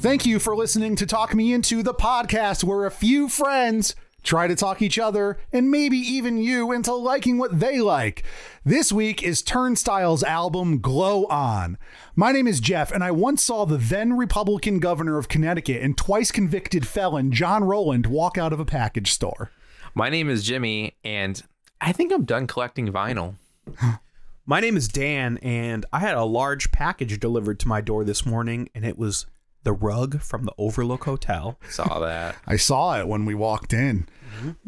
Thank you for listening to Talk Me Into the podcast, where a few friends try to talk each other and maybe even you into liking what they like. This week is Turnstile's album Glow On. My name is Jeff, and I once saw the then Republican governor of Connecticut and twice convicted felon John Rowland walk out of a package store. My name is Jimmy, and I think I'm done collecting vinyl. My name is Dan, and I had a large package delivered to my door this morning, and it was the rug from the Overlook Hotel. Saw that. I saw it when we walked in.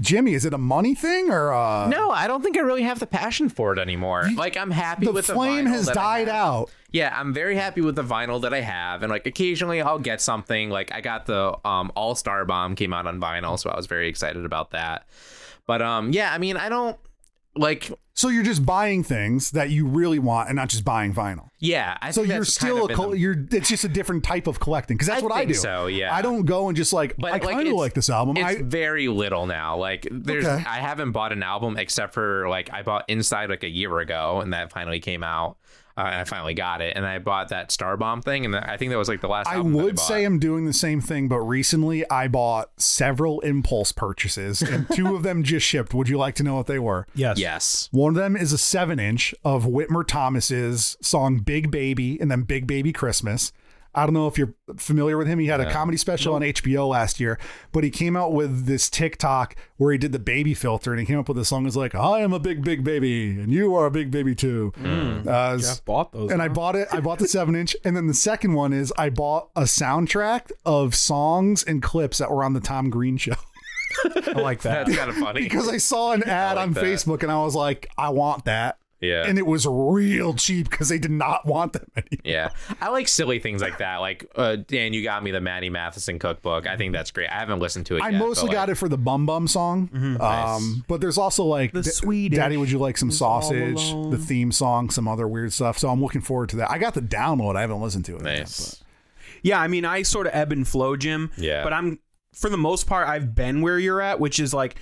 Jimmy, is it a money thing or uh, no, I don't think I really have the passion for it anymore. like I'm happy the with the flame vinyl has that I died have. out? Yeah, I'm very happy with the vinyl that I have, and like occasionally I'll get something. Like I got the um, All Star Bomb came out on vinyl, so I was very excited about that. But um, yeah, I mean, I don't like. So you're just buying things that you really want and not just buying vinyl. Yeah, I So think you're that's kind still of a been col- the- you're it's just a different type of collecting because that's I what I think do. so, yeah. I don't go and just like I kind of it's- like this album. It's I very little now. Like there's, Okay. I haven't bought an album except for like I bought Inside like a year ago, and that finally came out. Uh, and I finally got it, and I bought that Star Bomb thing, and I think that was like the last. I album that would bought. say I'm doing the same thing, but recently I bought several impulse purchases and two of them just shipped. Would you like to know what they were? Yes. yes. One of them is a seven inch of Whitmer Thomas's song Big Baby and then Big Baby Christmas. I don't know if you're familiar with him. He had a comedy special on HBO last year, but he came out with this TikTok where he did the baby filter and he came up with a song that's like, I am a big, big baby and you are a big baby too. Uh, s- Jeff bought those. and I bought it. I bought the seven inch. And then the second one is I bought a soundtrack of songs and clips that were on the Tom Green show. I like that. That's kind of funny. because I saw an ad like on that. Facebook and I was like, I want that. yeah. And it was real cheap because they did not want that many. yeah, I like silly things like that. Like, uh, Dan, you got me the Maddie Matheson cookbook. I think that's great. I haven't listened to it. I yet, mostly but, like, got it for the Bum Bum song. um, But there's also like The Da- Swedish Daddy, would you like some is all sausage? alone. The theme song, some other weird stuff. So I'm looking forward to that. I got the download. I haven't listened to it. yet, Nice. Yeah, I mean, I sort of ebb and flow, Jim. Yeah. But I'm, for the most part, I've been where you're at, which is like,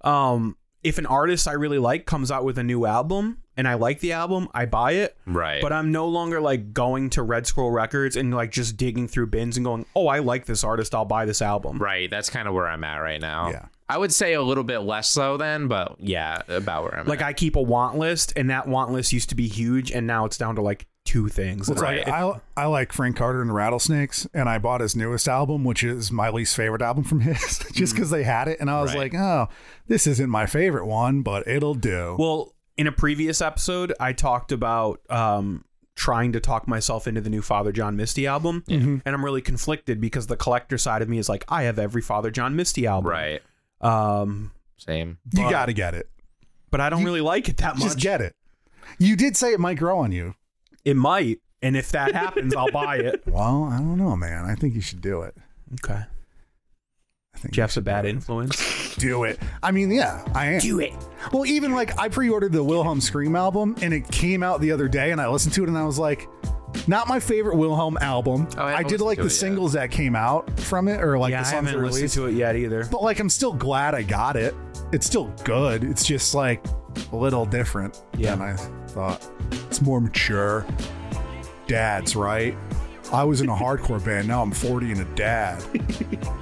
um, if an artist I really like comes out with a new album and I like the album, I buy it. Right. But I'm no longer like going to Red Squirrel Records and like just digging through bins and going, oh, I like this artist, I'll buy this album. Right. That's kind of where I'm at right now. Yeah. I would say a little bit less so then, but yeah, about where I'm Like at. I keep a want list, and that want list used to be huge, and now it's down to like two things. It's like, I, I like Frank Carter and the Rattlesnakes, and I bought his newest album, which is my least favorite album from his, just because they had it. And I was Right. like, oh, this isn't my favorite one, but it'll do. Well, in a previous episode, I talked about um, trying to talk myself into the new Father John Misty album, and I'm really conflicted because the collector side of me is like, I have every Father John Misty album, right. Um, Same. you got to get it. but I don't really like it that much. Just get it. You did say it might grow on you. it might, and if that happens, I'll buy it. Well, I don't know, man. I think you should do it. Okay, I think Jeff's a bad influence. do it. I mean, yeah, I am. Do it. Well, even like I pre-ordered the Wilhelm Scream album, and it came out the other day, and I listened to it, and I was like, not my favorite Wilhelm album. Oh, I I, haven't did listened like to the it yet. singles that came out from it, or like yeah, the I songs haven't that released. listened to it yet either. But like, I'm still glad I got it. It's still good. It's just like a little different Yeah. than I thought. It's more mature. Dads, right? I was in a hardcore band. Now I'm 40 and a dad.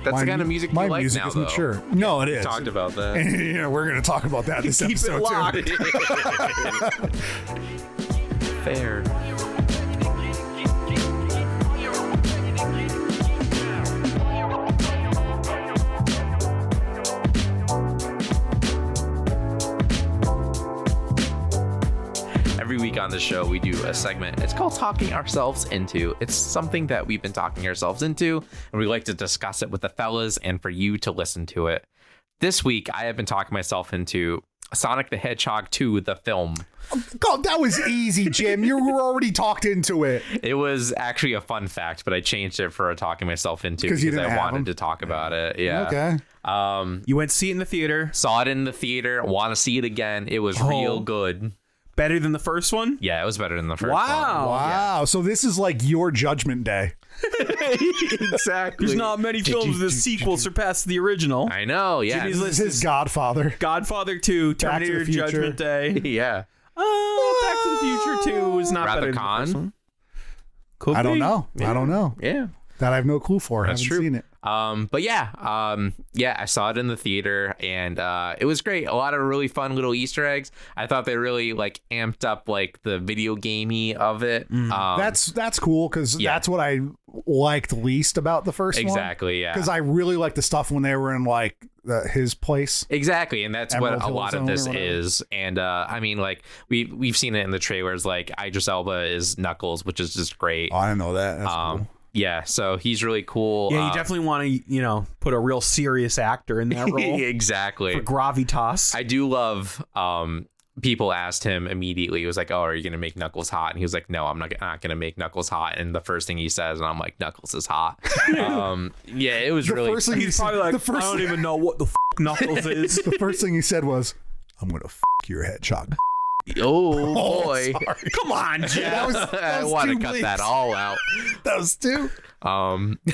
That's the kind of music my you like music now, is though. mature. No, it We is. talked about that. And, you know, we're going to talk about that this Keep it episode too. locked. Fair. Every week on the show, we do a segment. It's called Talking Ourselves Into. It's something that we've been talking ourselves into, and we like to discuss it with the fellas and for you to listen to it. This week, I have been talking myself into Sonic the Hedgehog 2, the film. God, that was easy, Jim. You were already talked into it. It was actually a fun fact, but I changed it for talking myself into 'Cause because you didn't I have wanted them. to talk about it. Yeah. Okay. Um, You went see it in the theater. saw it in the theater. Want to see it again? It was Oh. real good. Better than the first one. Yeah, it was better than the first one. Wow. Wow. So this is like your judgment day. exactly. There's not many films the sequel surpassed the original. I know. Yeah. Jimmy's This is Godfather. Godfather 2, Back to the Terminator Future. Judgment Day. yeah. Uh, Back to the Future 2 was not Wrath better of than the Khan? first one. Could I don't be. know. I don't know. Yeah. That I have no clue for. That's haven't true. seen it. Um, but yeah, um, yeah, I saw it in the theater and uh, it was great. A lot of really fun little Easter eggs. I thought they really like amped up like the video gamey of it. Um, Mm. That's that's cool because yeah. that's what I liked least about the first one. exactly yeah. Because I really liked the stuff when they were in like the, his place. Exactly, and that's Emerald what a Hill lot Zone of or this whatever. is. And uh, I mean, like we we've seen it in the trailers. Like Idris Elba is Knuckles, which is just great. I didn't know that. That's Um, Yeah, so he's really cool. Yeah, you Uh, Um, definitely want to, you know, put a real serious actor in that role. exactly. For gravitas. I do love. Um, people asked him immediately. He was like, "Oh, are you gonna make Knuckles hot?" And he was like, "No, I'm not, not gonna make Knuckles hot." And the first thing he says, and I'm like, "Knuckles is hot." um, yeah, it was The really. first thing he He's said, probably like, the first I don't even know what the f- Knuckles is. the first thing he said was, "I'm gonna f- your hedgehog." oh Oh, boy. sorry. Come on, Jeff. That was, that I was want to too cut bleak. that all out. That was too. Um,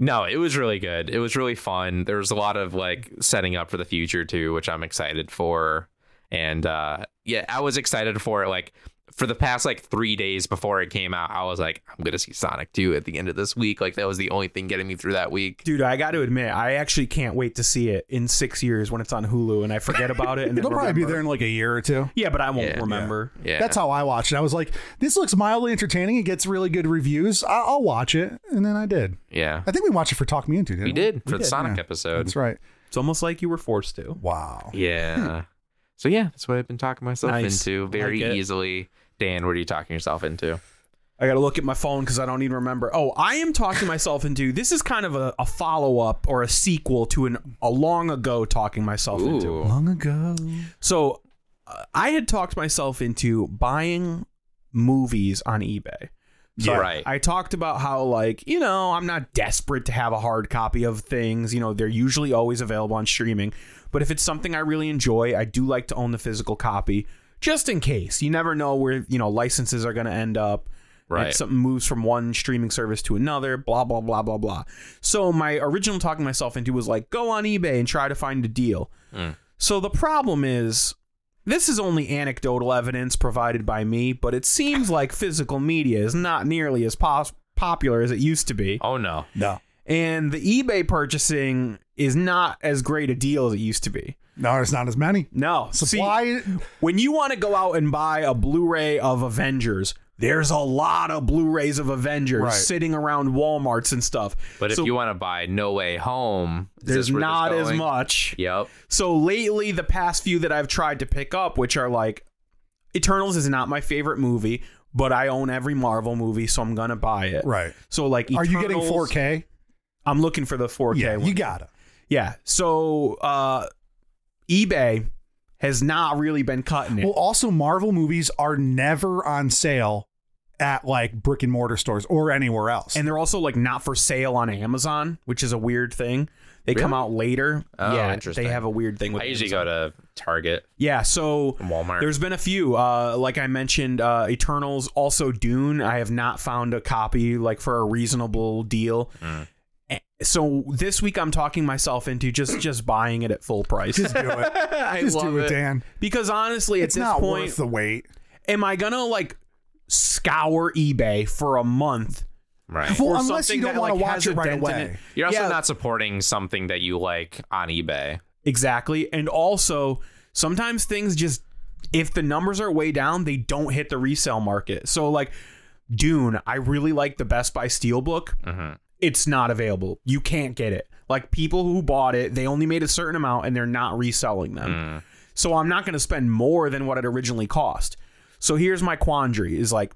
no, it was really good. It was really fun. There was a lot of like setting up for the future too, which I'm excited for. And uh, yeah, I was excited for it. Like for the past like three days before it came out, I was like, I'm gonna see Sonic 2 at the end of this week. Like that was the only thing getting me through that week. Dude, I got to admit, I actually can't wait to see it in six years when it's on Hulu and I forget about it. And It'll then probably be remember. there in like a year or two. Yeah, but I won't Yeah. remember. Yeah, That's how I watched it. I was like, "This looks mildly entertaining. It gets really good reviews. I- I'll watch it." And then I did. yeah. I think we watched it for Talk Me Into, didn't we? We did for the did, Sonic episode. That's right. It's almost like you were forced to. Wow. Yeah. So yeah, that's what I've been talking myself Nice. into Like very it. easily. Dan, what are you talking yourself into? I got to look at my phone because I don't even remember. Oh, I am talking myself into this is kind of a, a follow up or a sequel to an a long ago talking myself into. Ooh. Long ago. So uh, I had talked myself into buying movies on eBay. Yeah. So I- Right. I talked about how like, you know, I'm not desperate to have a hard copy of things, you know, they're usually always available on streaming, but if it's something I really enjoy, I do like to own the physical copy just in case. You never know where, you know, licenses are going to end up. Right. If something moves from one streaming service to another, blah blah blah blah blah. So my original talking myself into was like go on eBay and try to find a deal. So the problem is this is only anecdotal evidence provided by me, but it seems like physical media is not nearly as pos- popular as it used to be. Oh no. No. And the eBay purchasing is not as great a deal as it used to be. No, there's not as many. No. See, Supply. when you want to go out and buy a Blu-ray of Avengers, there's a lot of Blu-rays of Avengers Right. sitting around Walmarts and stuff. But if So you want to buy No Way Home, is there's this where this not as going? much. Yep. So lately, the past few that I've tried to pick up, which are like Eternals is not my favorite movie, but I own every Marvel movie, so I'm gonna buy it. right. So like, Are you getting Eternals- 4K? I'm looking for the 4K. yeah, one. you gotta. yeah. So uh, eBay has not really been cutting it. Well, also Marvel movies are never on sale at like brick and mortar stores or anywhere else. and they're also like not for sale on Amazon, which is a weird thing. They come out later. Oh, yeah, interesting. they have a weird thing with. I usually Amazon. go to Target Yeah, so and Walmart. There's been a few. Uh, like I mentioned, uh, Eternals, also Dune. I have not found a copy like for a reasonable deal. Mm. Eh, So this week I'm talking myself into just just buying it at full price just do it. Just do it, Dan. because honestly, at It's this not point, worth the wait. am I gonna like scour eBay for a month? right. Well, for unless something you don't that, want like, to watch has it a right dent in away. it? You're also yeah. not supporting something that you like on eBay. Exactly. And also, sometimes things just, if the numbers are way down, they don't hit the resale market. So, like, Dune, I really like the Best Buy Steelbook. It's not available. You can't get it. Like, people who bought it, they only made a certain amount and they're not reselling them. So, I'm not going to spend more than what it originally cost. So, here's my quandary is like,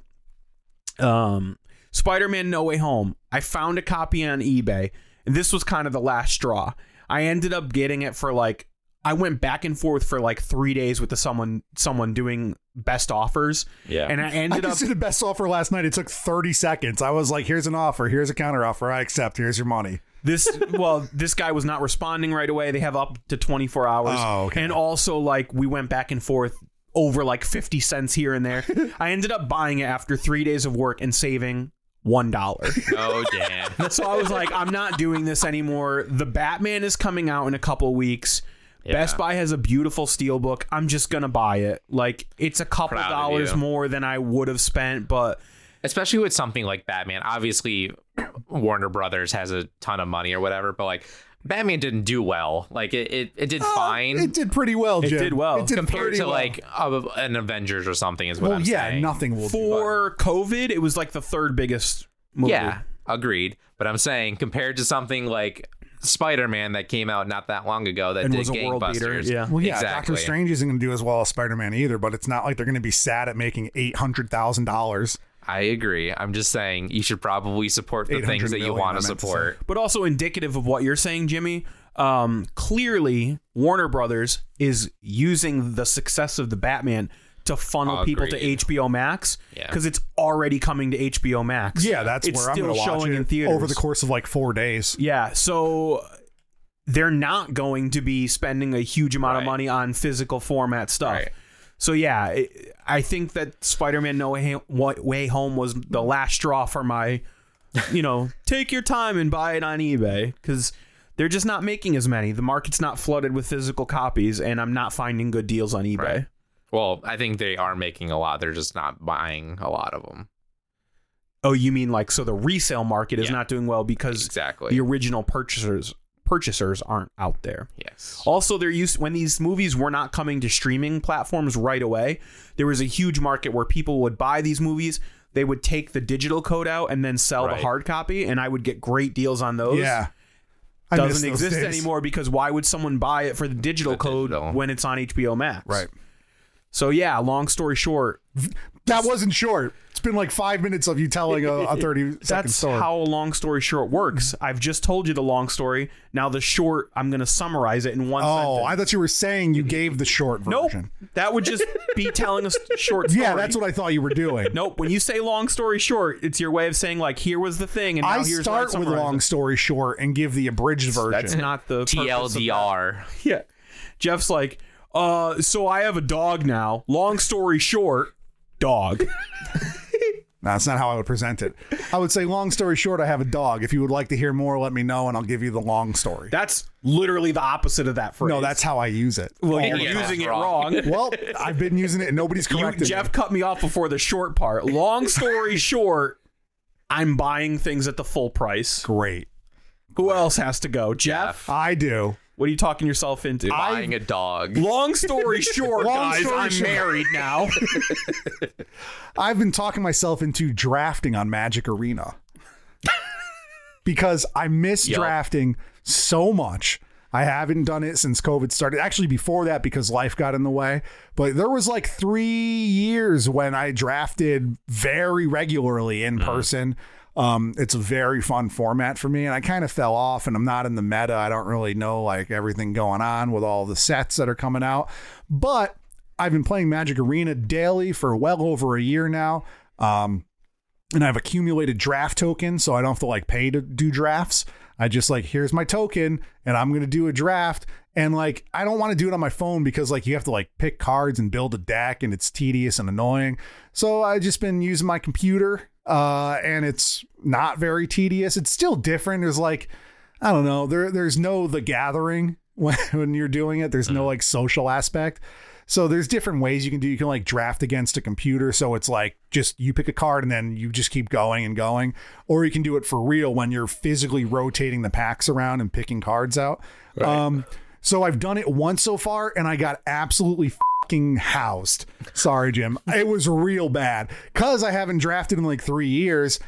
um, Spider-Man No Way Home. I found a copy on eBay, and this was kind of the last straw. I ended up getting it for like I went back and forth for like three days with the someone someone doing best offers. Yeah. And I I ended up considered best offer last night. It took 30 seconds. I was like, here's an offer. Here's a counter offer. I accept. Here's your money. this well this guy was not responding right away they have up to 24 hours Oh, okay. and also like we went back and forth over like 50 cents here and there i ended up buying it after three days of work and saving one dollar Oh damn. so i was like i'm not doing this anymore the batman is coming out in a couple weeks best buy has a beautiful steel book i'm just gonna buy it like it's a couple Proud of dollars you. more than i would have spent but especially with something like Batman. Obviously, Warner Brothers has a ton of money or whatever, but like Batman didn't do well. Like it, it, it did fine Oh, It did pretty well, Jim. did well. It did compared pretty to well. like a, an Avengers or something. Is what well, I'm yeah, saying. nothing will do. for covid it was like the third biggest movie Yeah, agreed. But I'm saying compared to something like Spider-Man that came out not that long ago that And did was a gangbusters. world beater, yeah. Well, yeah, exactly. Doctor Strange isn't going to do as well as Spider Man either, but it's not like they're going to be sad at making $800,000. I agree. I'm just saying you should probably support the 800 things that you million, want I to meant to support. but also indicative of what you're saying, Jimmy. Um, clearly, Warner Brothers is using the success of the Batman to funnel people to Agreed. HBO Max Yeah. because it's already coming to HBO Max. Yeah, that's it's where I'm still going to watch showing it in theaters over the course of like four days. Yeah, so they're not going to be spending a huge amount of Right. money on physical format stuff. Right. So yeah, it, I think that Spider-Man No Way, Wa- Way Home was the last straw for my, you know, take your time and buy it on eBay because they're just not making as many. The market's not flooded with physical copies, and I'm not finding good deals on eBay. Right. Well, I think they are making a lot. They're just not buying a lot of them. Oh, you mean like so the resale market is Yeah. not doing well because Exactly. the original purchasers purchasers aren't out there. yes. Also, there used when these movies were not coming to streaming platforms right away, there was a huge market where people would buy these movies. They would take the digital code out and then sell Right. the hard copy, and I would get great deals on those. Yeah. I miss doesn't those exist days. anymore because why would someone buy it for the digital The code digital. when it's on HBO Max? Right. So yeah, long story short, That wasn't short. It's been like five minutes of you telling a, a 30 second that's story. Mm-hmm. how a long story short works. I've just told you the long story. Now the short, I'm going to summarize it in one oh, sentence. I thought you were saying you gave the short nope, version. that would just be telling a s- short story. Yeah, that's what I thought you were doing. Nope. When you say long story short, it's your way of saying like here was the thing, and now I here's how start with summarize long it. story short and give the abridged version. That's not the purpose of TLDR. that. Yeah. Jeff's like, uh, so I have a dog now. Long story short, dog. No, that's not how I would present it. I would say, long story short, I have a dog. If you would like to hear more, let me know, and I'll give you the long story. That's literally the opposite of that phrase. no, that's how I use it. well, you're yeah, using that's it wrong. wrong. Well, I've been using it, and nobody's You, corrected Jeff cut me off before the short part. Long story short, I'm buying things at the full price. me. Great, Who else has to go? Jeff? I do. What are you talking yourself into? Buying a dog. Long story short, Long guys, story I'm short. married now. I've been talking myself into drafting on Magic Arena because I miss Yup. drafting so much. I haven't done it since COVID started. Actually, before that, because life got in the way. But there was like three years when I drafted very regularly in person. Um, it's a very fun format for me, and I kind of fell off. And I'm not in the meta. I don't really know like everything going on with all the sets that are coming out. But I've been playing Magic Arena daily for well over a year now. Um, and I've accumulated draft tokens, so I don't have to like pay to do drafts. I just like here's my token, and I'm gonna do a draft. And like I don't want to do it on my phone because like you have to like pick cards and build a deck, and it's tedious and annoying. So I just been using my computer, uh, and it's not very tedious. It's still different. There's like I don't know. There there's no the gathering when when you're doing it. There's no like social aspect. So there's different ways you can do. You can like draft against a computer, so it's like just you pick a card and then you just keep going and going, or you can do it for real when you're physically rotating the packs around and picking cards out. Um, so I've done it once so far, and I got absolutely fucking housed. Sorry, Jim. It was real bad because I haven't drafted in like three years,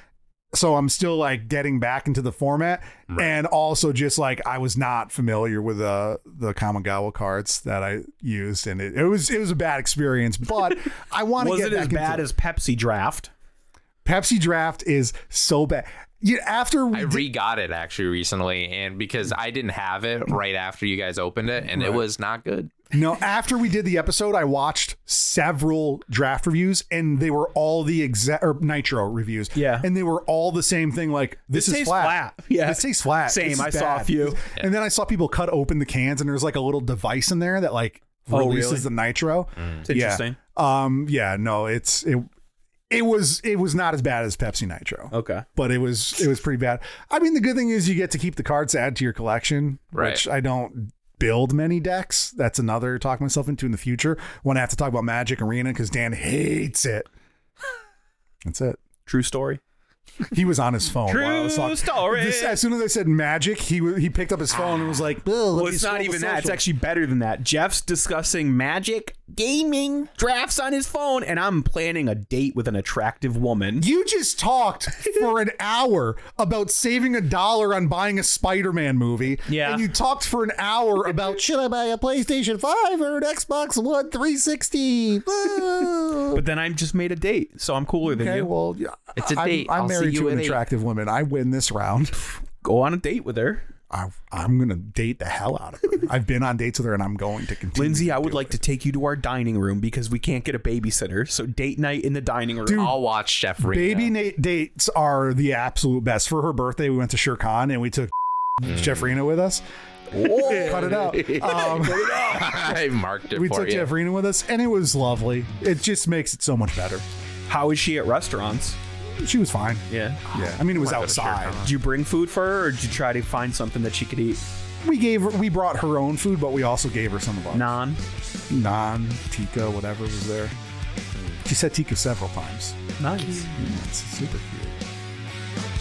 so I'm still like getting back into the format, and also just like I was not familiar with uh, the Kamigawa cards that I used, and it, it was it was a bad experience. But I want to Was get it as back into bad as Pepsi Draft? Pepsi Draft is so bad. you, after we I did- re got it actually recently, and because I didn't have it right after you guys opened it, and it was not good. No, after we did the episode, I watched several draft reviews, and they were all the exact or Nitro reviews. Yeah. and they were all the same thing. Like this, This is tastes flat. flat. Yeah. this tastes flat. Same, This is I saw a bad. few. And then I saw people cut open the cans, and there's like a little device in there that like Oh, releases really? the nitro. It's interesting. Yeah. Um. Yeah. No. It's it. It was it was not as bad as Pepsi Nitro, Okay. but it was it was pretty bad. I mean, the good thing is you get to keep the cards to add to your collection, Right. which I don't build many decks. That's another talk myself into in the future when I have to talk about Magic Arena because Dan hates it. That's it. True story. He was on his phone. while I was True talking. story. This- as soon as I said Magic, he wa- he picked up his phone and was like, "Well, Well, it's not even that. It's actually better than that. Jeff's discussing magic, gaming, drafts on his phone, and I'm planning a date with an attractive woman. You just talked for an hour about saving a dollar on buying a Spider-Man movie. Yeah. And you talked for an hour about should I buy a PlayStation 5 or an Xbox One 360? Boo. But then I just made a date, so I'm cooler than okay, you. well, yeah, It's a I'm- date. I'm, I'll see married you to an at eight. attractive woman. I win this round. Go on a date with her. I, I'm going to date the hell out of her. I've been on dates with her and I'm going to continue. Lindsay, to I would do like it. to take you to our dining room because we can't get a babysitter. So date night in the dining room. I'll watch Chef Reno. Baby Nate dates are the absolute best. For her birthday, we went to Shere Khan and we took Jeffrina with us. Cut it out. Um, I marked it we for took you. Jeffrina with us, and it was lovely. It just makes it so much better. How is she at restaurants? She was fine. Yeah. Yeah, I mean, it was go to Shere outside. Did you bring food for her, or did you try to find something that she could eat? We gave her, we brought her own food, but we also gave her some of ours. Non. non Tika, whatever was there. She said Tika several times. Nice. It's super cute.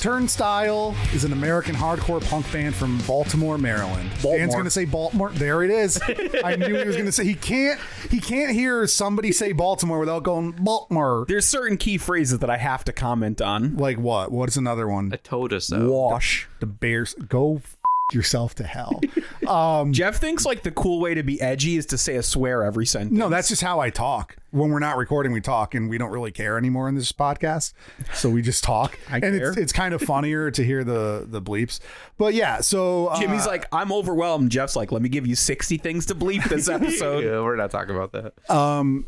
Turnstile is an American hardcore punk band from Baltimore, Maryland. Dan's Baltimore. gonna say Baltimore. There it is. I knew he was gonna say he can't. He can't hear somebody say Baltimore without going Baltimore. There's certain key phrases that I have to comment on. Like what? What's another one? I told us so. Wash. The Bears go f- yourself to hell. Mm. Jeff thinks like the cool way to be edgy is to say a swear every sentence. no, that's just how I talk. When we're not recording, we talk, and we don't really care anymore in this podcast, so we just talk. I and it's care. it's kind of funnier to hear the the bleeps. But yeah, so uh, Jimmy's like, I'm overwhelmed. Jeff's like, let me give you 60 things to bleep this episode. Yeah, we're not talking about that.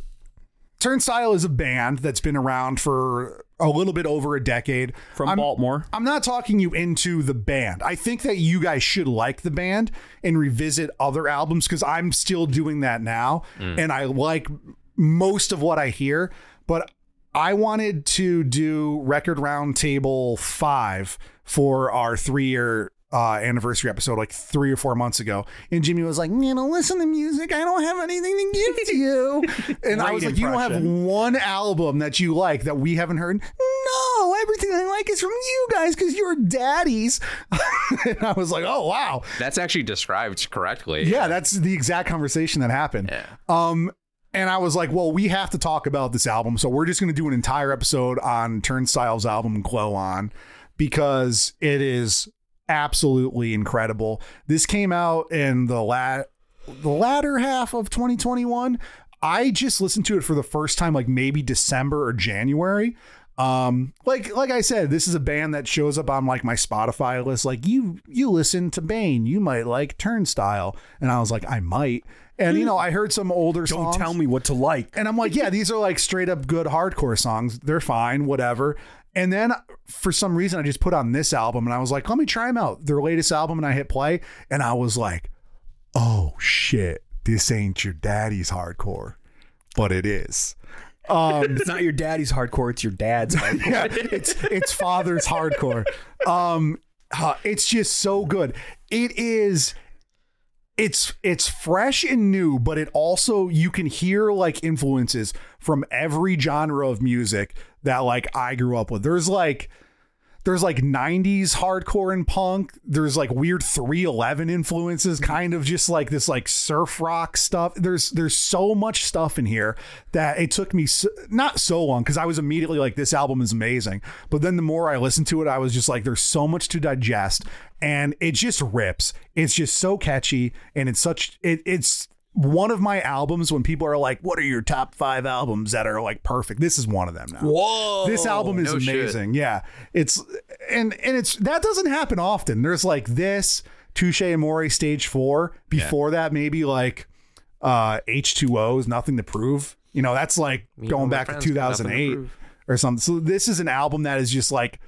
Turnstile is a band that's been around for a little bit over a decade From I'm- Baltimore. I'm not talking you into the band. I think that you guys should like the band and revisit other albums because I'm still doing that now and I like most of what I hear. But I wanted to do Record Round Table 5 for our three year. Uh, anniversary episode like three or four months ago, and Jimmy was like, "You know, listen to music. I don't have anything to give to you." And I Great was like, "You don't have impression. one album that you like that we haven't heard. No, everything I like is from you guys because you're daddies. and I was like, oh wow, That's actually described correctly. yeah, that's the exact conversation that happened. Yeah. Um, and I was like, well, we have to talk about this album, so we're just going to do an entire episode on Turnstile's album Glow On because it is absolutely incredible. This came out in the la- the latter half of 2021. I just listened to it for the first time like maybe December or January. Um like like I said, this is a band that shows up on like my Spotify list like you you listen to Bane, you might like Turnstile. And I was like I might. And you know, I heard some older Don't songs. tell me what to like. And I'm like, yeah, these are like straight up good hardcore songs. They're fine, whatever. And then for some reason, I just put on this album and I was like, let me try them out. Their latest album, and I hit play. And I was like, oh shit, this ain't your daddy's hardcore, but it is. It's not your daddy's hardcore, it's your dad's hardcore. Yeah, it's it's father's hardcore. Um, uh, it's just so good. It is. It's it's fresh and new, but it also you can hear like influences from every genre of music that like I grew up with. There's like There's like 90s hardcore and punk. There's like weird 311 influences, kind of just like this like surf rock stuff. There's there's so much stuff in here that it took me so, not so long cuz I was immediately like this album is amazing. But then the more I listened to it, I was just like there's so much to digest and it just rips. It's just so catchy and it's such it, it's one of my albums when people are like, "What are your top five albums that are like perfect?" This is one of them now. Whoa! This album is Oh, no shit. amazing. Yeah, it's and and it's that doesn't happen often. There's like this Touche Amore stage four. Before that, maybe like uh H two O's Nothing to Prove. You know, that's like Me going and my back to friends, two nothing thousand to eight prove. or something. So this is an album that is just like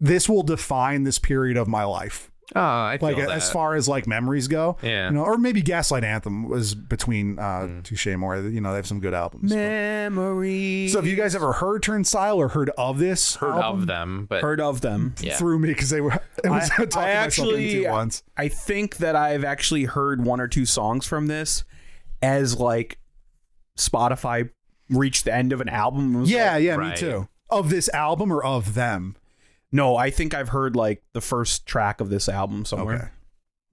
this will define this period of my life Oh, I feel like that. as far as like memories go. Yeah. Mm. You know, or maybe Gaslight Anthem was between uh Touche More. You know, they have some good albums. Memory. So have you guys ever heard Turnstile or heard of this? heard album? of them, but heard of them? yeah. Threw me because they were it was I, talking I myself actually, into once. I think that I've actually heard one or two songs from this as like Spotify reached the end of an album. It was Yeah, like- yeah, me Right. too. Of this album or of them? no, I think I've heard like the first track of this album somewhere. Okay.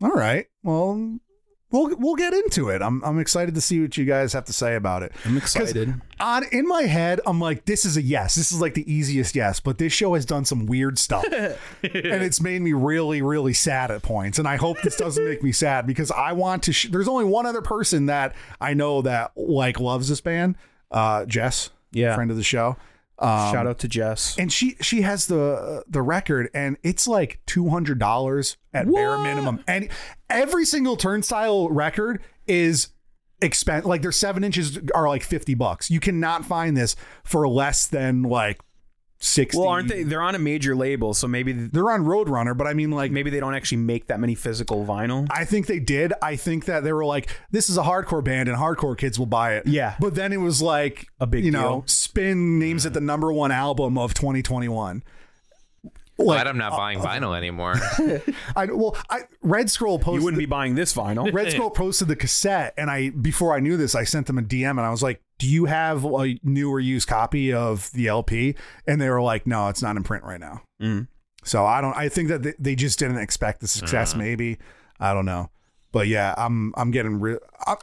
All right. Well, we'll we'll get into it. I'm I'm excited to see what you guys have to say about it. I'm excited. on in my head, I'm like, this is a yes. This is like the easiest yes, but this show has done some weird stuff. and it's made me really, really sad at points. And I hope this doesn't make me sad because I want to. Sh- There's only one other person that I know that like loves this band, uh, Jess, Yeah. friend of the show. Um, Shout out to Jess. and she she has the the record and it's like $200 at bare minimum and every single turnstile record is expense like their seven inches are like 50 bucks you cannot find this for less than like 60 Well, aren't they? They're on a major label, so maybe they're on roadrunner but i mean like maybe they don't actually make that many physical vinyl. I think they did. I think that they were like, this is a hardcore band and hardcore kids will buy it. Yeah. But then it was like A big you know, deal. spin names at the number one album of 2021. Like, uh, glad I'm not buying vinyl anymore. I well, I Red Scroll posted You wouldn't be buying this vinyl. Red Skull posted the cassette, and I before I knew this, I sent them a DM and I was like, "Do you have a new or used copy of the LP?" And they were like, "No, it's not in print right now." Mm. So I don't. I think that they, they just didn't expect the success. Maybe I don't know, but yeah, I'm I'm getting re- I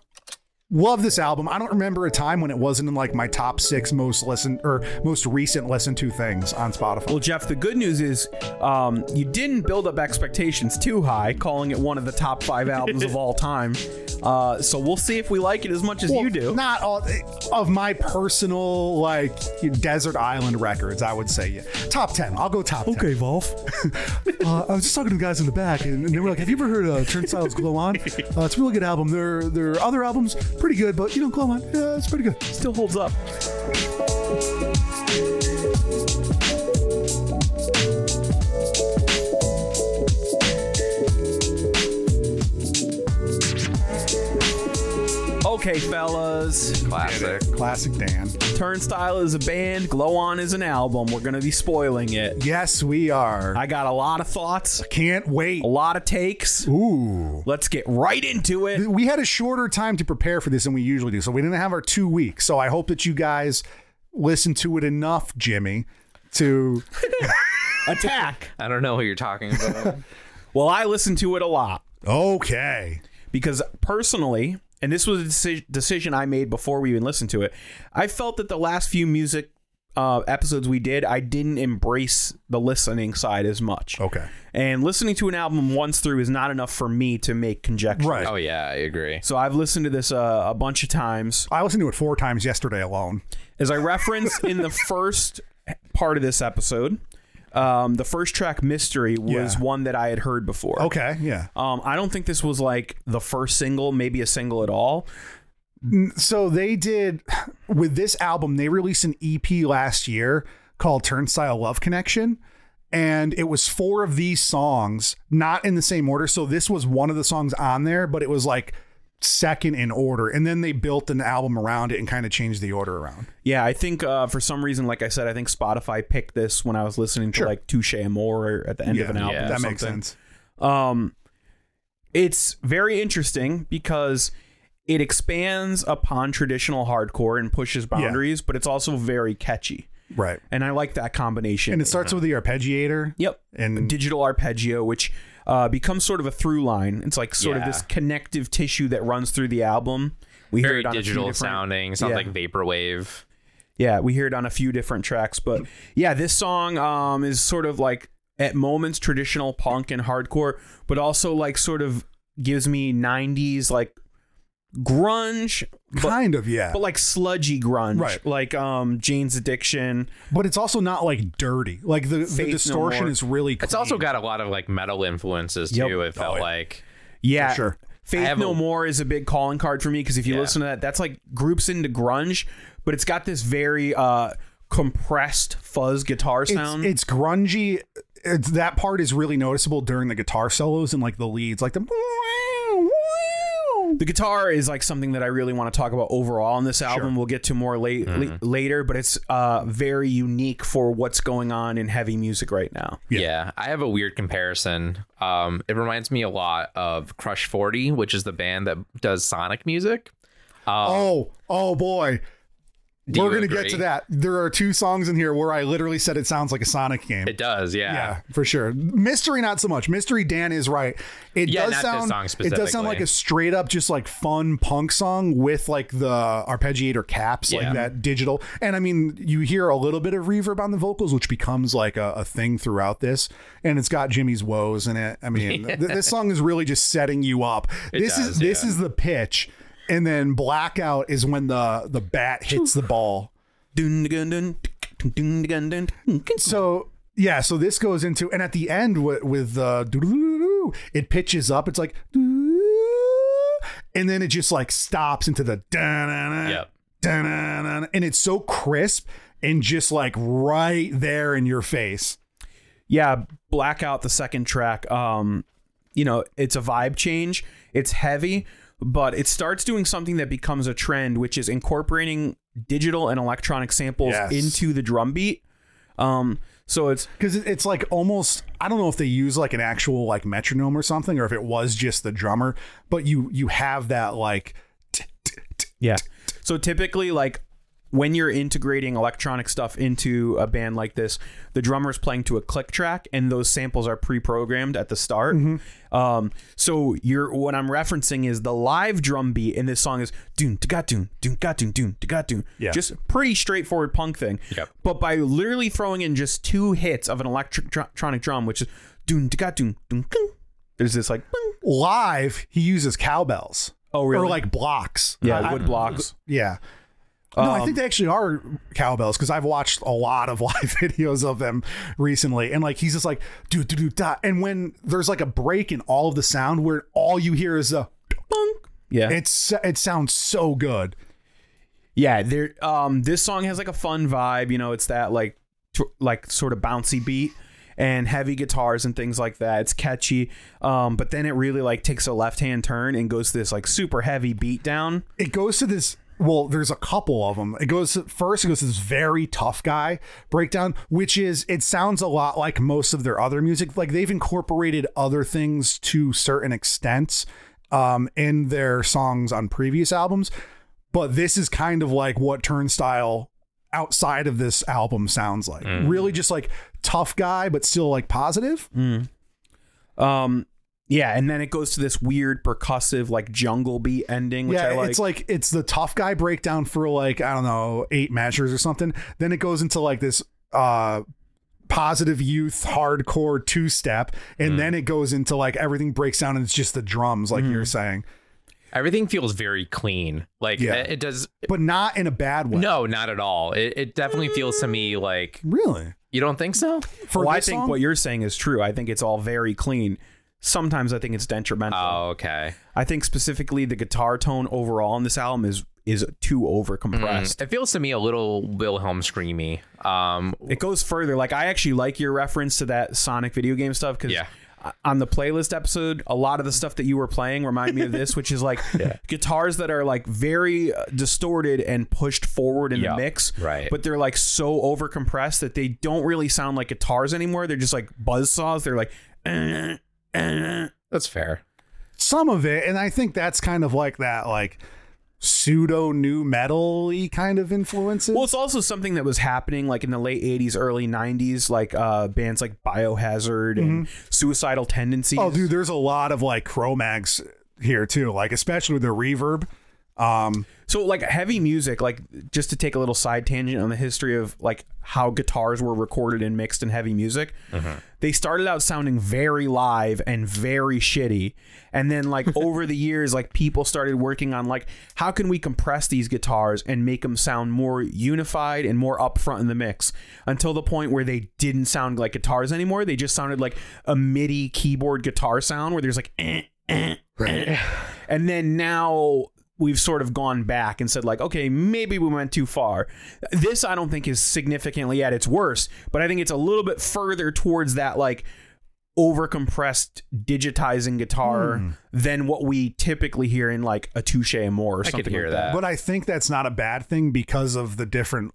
Love this album. I don't remember a time when it wasn't in like my top six most listened or most recent listened to things on Spotify. Well, Jeff, the good news is um, you didn't build up expectations too high, calling it one of the top five albums of all time. Uh, so we'll see if we like it as much as you do. Not all of my personal like desert island records. I would say yeah. top ten. I'll go top. 10. Wolf. Uh, I was just talking to the guys in the back, and, and they were like, "Have you ever heard of Turnstiles Glow On? Uh, it's a really good album. Their their other albums pretty good, but you know, Glow On, yeah, it's pretty good." Still holds up. Okay, fellas. Classic. Classic Dan. Turnstile is a band. Glow On is an album. We're gonna be spoiling it. Yes, we are. I I got a lot of thoughts, can't wait. a lot of takes. Ooh. Let's get right into it. We had a shorter time to prepare for this than we usually do, so we didn't have our two weeks. So I hope that you guys listened to it enough, Jimmy, to Attack. I don't know what you're talking about. Well, I listened to it a lot okay. because personally, and this was a deci- decision I made before we even listened to it, I felt that the last few music uh, episodes we did, I didn't embrace the listening side as much. Okay. And listening to an album once through is not enough for me to make conjecture. Right. oh yeah, I agree. So I've listened to this uh, a bunch of times. I listened to it four times yesterday alone. As I referenced in the first part of this episode, um, the first track, Mystery, was Yeah. one that I had heard before. Okay. Yeah. Um, I don't think this was like the first single, maybe a single at all. so they did with this album they released an ep last year called turnstile love connection and it was four of these songs not in the same order so this was one of the songs on there but it was like second in order and then they built an album around it and kind of changed the order around Yeah, I think uh, for some reason, like I said, I think Spotify picked this when I was listening to like Touche Amore at the end of an album. yeah, or that makes something. sense Um, it's very interesting because it expands upon traditional hardcore and pushes boundaries, but it's also very catchy. Right. And I like that combination. And it starts with the arpeggiator. Yep. And- digital arpeggio, which uh, becomes sort of a through line. It's like sort of Yeah. this connective tissue that runs through the album. We hear Very it on a few digital different- sounding, sounds Yeah. like vaporwave. Yeah, we hear it on a few different tracks, but yeah, this song um, is sort of like at moments traditional punk and hardcore, but also like sort of gives me '90s like grunge, but, kind of, yeah. but like sludgy grunge, Right. like um, Jane's Addiction. But it's also not like dirty. Like the, the No distortion More. is really clean. It's also got a lot of like metal influences Yep. too. It felt Oh, yeah. like Yeah, For sure. I Faith have No a- More is a big calling card for me because if you Yeah. listen to that, that's like groups into grunge, but it's got this very uh compressed fuzz guitar it's, sound. it's grungy. It's, that part is really noticeable during the guitar solos and like the leads, like the. the guitar is like something that I really want to talk about overall on this album. We'll get to more late la- later, but it's uh very unique for what's going on in heavy music right now. Yeah. I have a weird comparison. Um, it reminds me a lot of Crush 40, which is the band that does Sonic music. Oh, oh boy. Do We're you going to get agree? to that. There are two songs in here where I literally said it sounds like a Sonic game. It does, yeah. yeah, for sure. Mystery, not so much. Mystery, Dan is right. It Yeah, does not this sound. song it does sound specifically. like a straight up, just like fun punk song with like the arpeggiator caps, Yeah. like that digital. And I mean, you hear a little bit of reverb on the vocals, which becomes like a, a thing throughout this. And it's got Jimmy's woes in it. I mean, th- this song is really just setting you up. this is does, this yeah. is the pitch, and then blackout is when the the bat hits the ball. Dun, dun, dun, dun, dun, dun, dun, dun. so yeah so this goes into and at the end with, with uh doo-doo-doo-doo, it pitches up it's like doo, and then it just like stops into the da-na-na, Yep. da-na-na, and it's so crisp and just like right there in your face yeah blackout the second track um you know it's a vibe change it's heavy but it starts doing something that becomes a trend which is incorporating digital and electronic samples Yes. into the drum beat um so it's because it's like almost i don't know if they use like an actual like metronome or something or if it was just the drummer but you you have that like t- t- t- yeah so typically like when you're integrating electronic stuff into a band like this the drummer's playing to a click track and those samples are pre-programmed at the start um, so you're what i'm referencing is the live drum beat in this song is doon da doon doon ga doon doon da doon Yeah. just pretty straightforward punk thing Yep. but by literally throwing in just two hits of an electric dr- electronic drum which is doon da doon doon gung, there's this like bing. live he uses cowbells oh really or like blocks yeah I- uh, wood blocks Yeah. No, I think they actually are cowbells because I've watched a lot of live videos of them recently, and like he's just like do do do da, and when there's like a break in all of the sound where all you hear is a, yeah it's it sounds so good. yeah there um this song has like a fun vibe you know it's that like tw- like sort of bouncy beat and heavy guitars and things like that it's catchy um but then it really like takes a left hand turn and goes to this like super heavy beat down It goes to this. Well, there's a couple of them. It goes to, first. It goes to this very tough guy breakdown, which is it sounds a lot like most of their other music. Like they've incorporated other things to certain extents um, in their songs on previous albums, but this is kind of like what Turnstile outside of this album sounds like. Really, just like tough guy, but still like positive. um yeah and then it goes to this weird percussive like jungle beat ending which yeah, i like it's like it's the tough guy breakdown for like I don't know eight measures or something. Then it goes into like this uh positive youth hardcore two step, Mm. and then it goes into like everything breaks down and it's just the drums, like Mm. you're saying, Everything feels very clean. Like Yeah. it, it does but not in a bad way. No, not at all. It, it definitely feels to me like really. you don't think so? For well i this think song? what you're saying is true i think it's all very clean sometimes i think it's detrimental Oh, okay. i think specifically the guitar tone overall in this album is is too over compressed It feels to me a little Wilhelm screamy. Um it goes further. Like I actually like your reference to that Sonic video game stuff because Yeah. on the playlist episode, a lot of the stuff that you were playing remind me of this, which is like guitars that are like very uh, distorted and pushed forward in Yeah, the mix, right. But they're like so over compressed that they don't really sound like guitars anymore. They're just like buzz saws. They're like. "Eh, eh." that's fair. some of it and i think that's kind of like that like pseudo new metal y kind of influences. Well, it's also something that was happening like in the late '80s, early '90s, like uh, bands like Biohazard and Suicidal Tendencies. oh, dude, there's a lot of like Chromags here too, like especially with the reverb. Um, So like heavy music, like just to take a little side tangent on the history of like how guitars were recorded and mixed in heavy music, they started out sounding very live and very shitty, and then like over the years, like people started working on like how can we compress these guitars and make them sound more unified and more upfront in the mix, until the point where they didn't sound like guitars anymore. They just sounded like a MIDI keyboard guitar sound where there's like. Eh, and then now we've sort of gone back and said like okay maybe we went too far this i don't think is significantly at its worst but i think it's a little bit further towards that like overcompressed digitizing guitar Hmm. than what we typically hear in like a touche more or I something could hear like that. but I think that's not a bad thing because of the different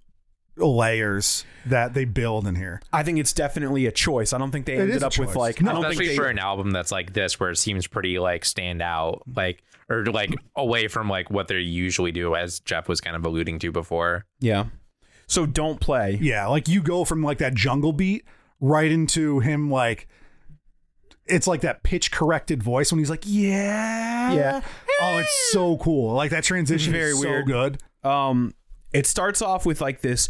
layers that they build in here. i think it's definitely a choice i don't think they ended is a up choice. with like i don't Especially think they for an album that's like this, where it seems pretty like stand out, like or like away from like what they usually do, as Jeff was kind of alluding to before. yeah so don't play Yeah, like you go from like that jungle beat right into him like it's like that pitch corrected voice when he's like, yeah, Yeah. Oh, it's so cool. Like that transition Very is weird. so good. um it starts off with like this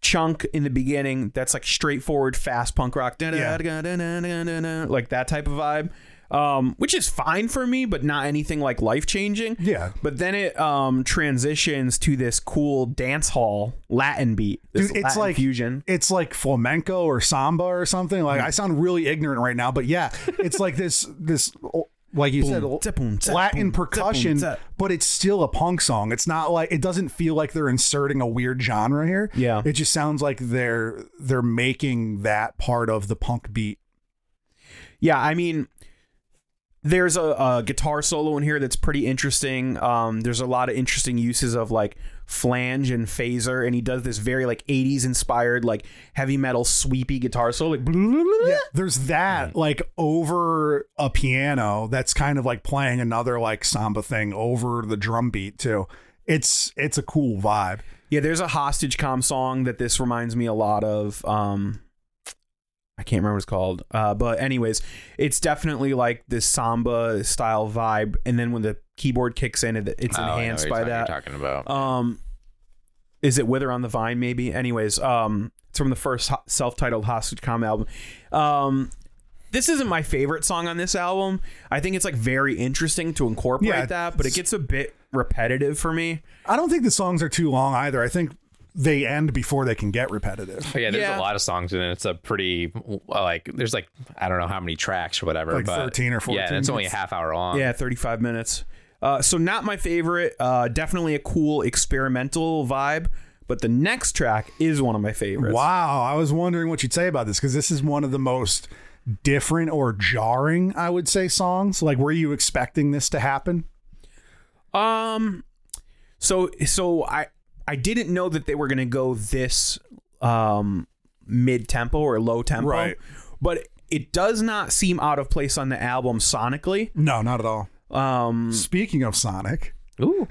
chunk in the beginning that's like straightforward fast punk rock Yeah. da-da-da-da-da-da-da-da, like that type of vibe um which is fine for me but not anything like life changing Yeah. but then it um transitions to this cool dance hall latin beat this Dude, it's Latin like fusion It's like flamenco or samba or something. Like Hmm. I sound really ignorant right now, but yeah, it's like this this like you Boom, said tap, boom, tap, Latin boom, tap, boom, percussion, tap. but it's still a punk song. It's not like it doesn't feel like they're inserting a weird genre here. Yeah. It just sounds like they're they're making that part of the punk beat. yeah i mean there's a, a guitar solo in here that's pretty interesting um there's a lot of interesting uses of like flange and phaser and he does this very like 80s inspired like heavy metal sweepy guitar solo like Yeah, there's that like over a piano that's kind of like playing another like samba thing over the drum beat too. It's it's a cool vibe. yeah there's a hostage com song that this reminds me a lot of um i can't remember what it's called uh but anyways it's definitely like this samba style vibe and then when the keyboard kicks in it, it's Oh, I know what enhanced by you're that talking- You're talking about Um, is it Wither on the Vine? Maybe. Anyways, um, it's from the first ho- self-titled Hostage Com album. Um, this isn't my favorite song on this album. I think it's like very interesting to incorporate Yeah, that, but it gets a bit repetitive for me. I don't think the songs are too long either. I think they end before they can get repetitive. But yeah, there's Yeah. a lot of songs and it's a pretty like there's like I don't know how many tracks or whatever, Like but 13 or Yeah, 14. and it's only a half hour long. Yeah, 35 minutes. Uh, so not my favorite. Uh, definitely a cool experimental vibe, but the next track is one of my favorites. Wow, I was wondering what you'd say about this because this is one of the most different or jarring, I would say, songs. Like, were you expecting this to happen? Um so so I I didn't know that they were going to go this um mid tempo or low tempo. Right. But it does not seem out of place on the album sonically. No, not at all. Um Speaking of Sonic, Ooh.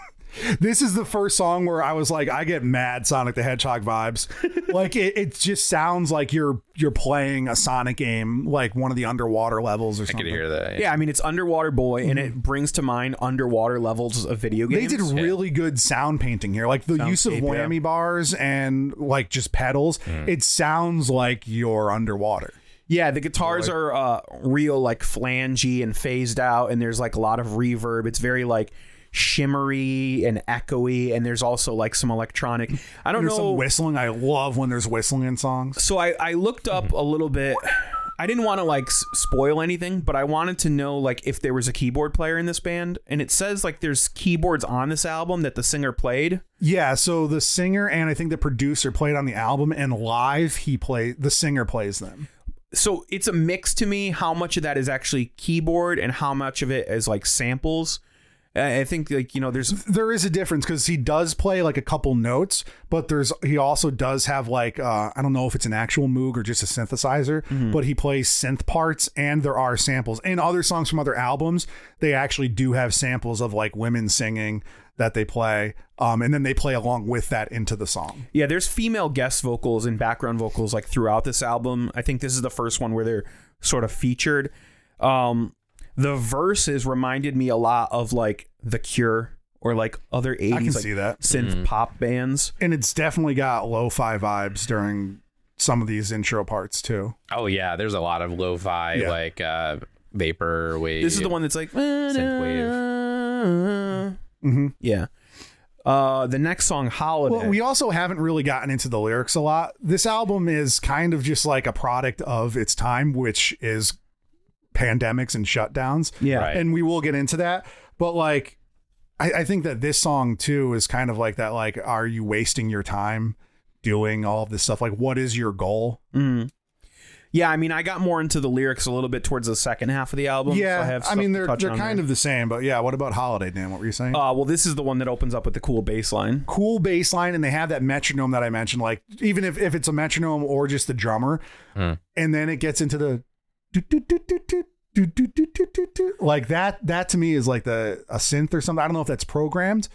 this is the first song where I was like, I get mad Sonic the Hedgehog vibes. like it, it just sounds like you're you're playing a Sonic game, like one of the underwater levels or I something. could hear that. yeah, I mean it's Underwater Boy and it brings to mind underwater levels of video Mm-hmm. They games. did really good sound painting here, like the use of Soundscape, yeah. whammy bars and like just pedals. It sounds like you're underwater. Yeah, the guitars are uh, real, like flangey and phased out, and there's like a lot of reverb. It's very like shimmery and echoey, and there's also like some electronic. I don't There's know some whistling. I love when there's whistling in songs. so I, I looked up a little bit i didn't want to like s- spoil anything but i wanted to know like if there was a keyboard player in this band and it says like there's keyboards on this album that the singer played Yeah, so the singer and I think the producer played on the album, and live he play the singer plays them. so it's a mix to me how much of that is actually keyboard and how much of it is like samples I I think like you know, there's there is a difference because he does play like a couple notes, but there's he also does have like uh, I don't know if it's an actual Moog or just a synthesizer, but he plays synth parts and there are samples. In other songs from other albums, they actually do have samples of like women singing that they play, um, and then they play along with that into the song. yeah, there's female guest vocals and background vocals like throughout this album. I think this is the first one where they're sort of featured. Um, the verses reminded me a lot of like The Cure or like other 80s like, see that. synth pop bands. And it's definitely got lo-fi vibes during some of these intro parts too. Oh yeah, there's a lot of lo-fi Yeah. like uh vapor wave. This is the one that's like synthwave. Yeah. Uh, the next song, Holiday. Well, we also haven't really gotten into the lyrics a lot. This album is kind of just like a product of its time, which is pandemics and shutdowns. yeah. Right. And we will get into that. But like, I, I think that this song too is kind of like that. Like, are you wasting your time doing all of this stuff? Like, what is your goal? Yeah, I mean, I got more into the lyrics a little bit towards the second half of the album. so I, yeah, have I, stuff mean to they're touch they're on kind of the same. But yeah, what about Holiday, Dan? What were you saying? there. Uh, well, this is the one that opens up with the cool bass line. cool bass line and they have that metronome that I mentioned, like even if, if it's a metronome or just the drummer, and then it gets into the do, do, do, do, do, do, do, do, do, do, do. like that that to me is like the a synth or something. I don't know if that's programmed.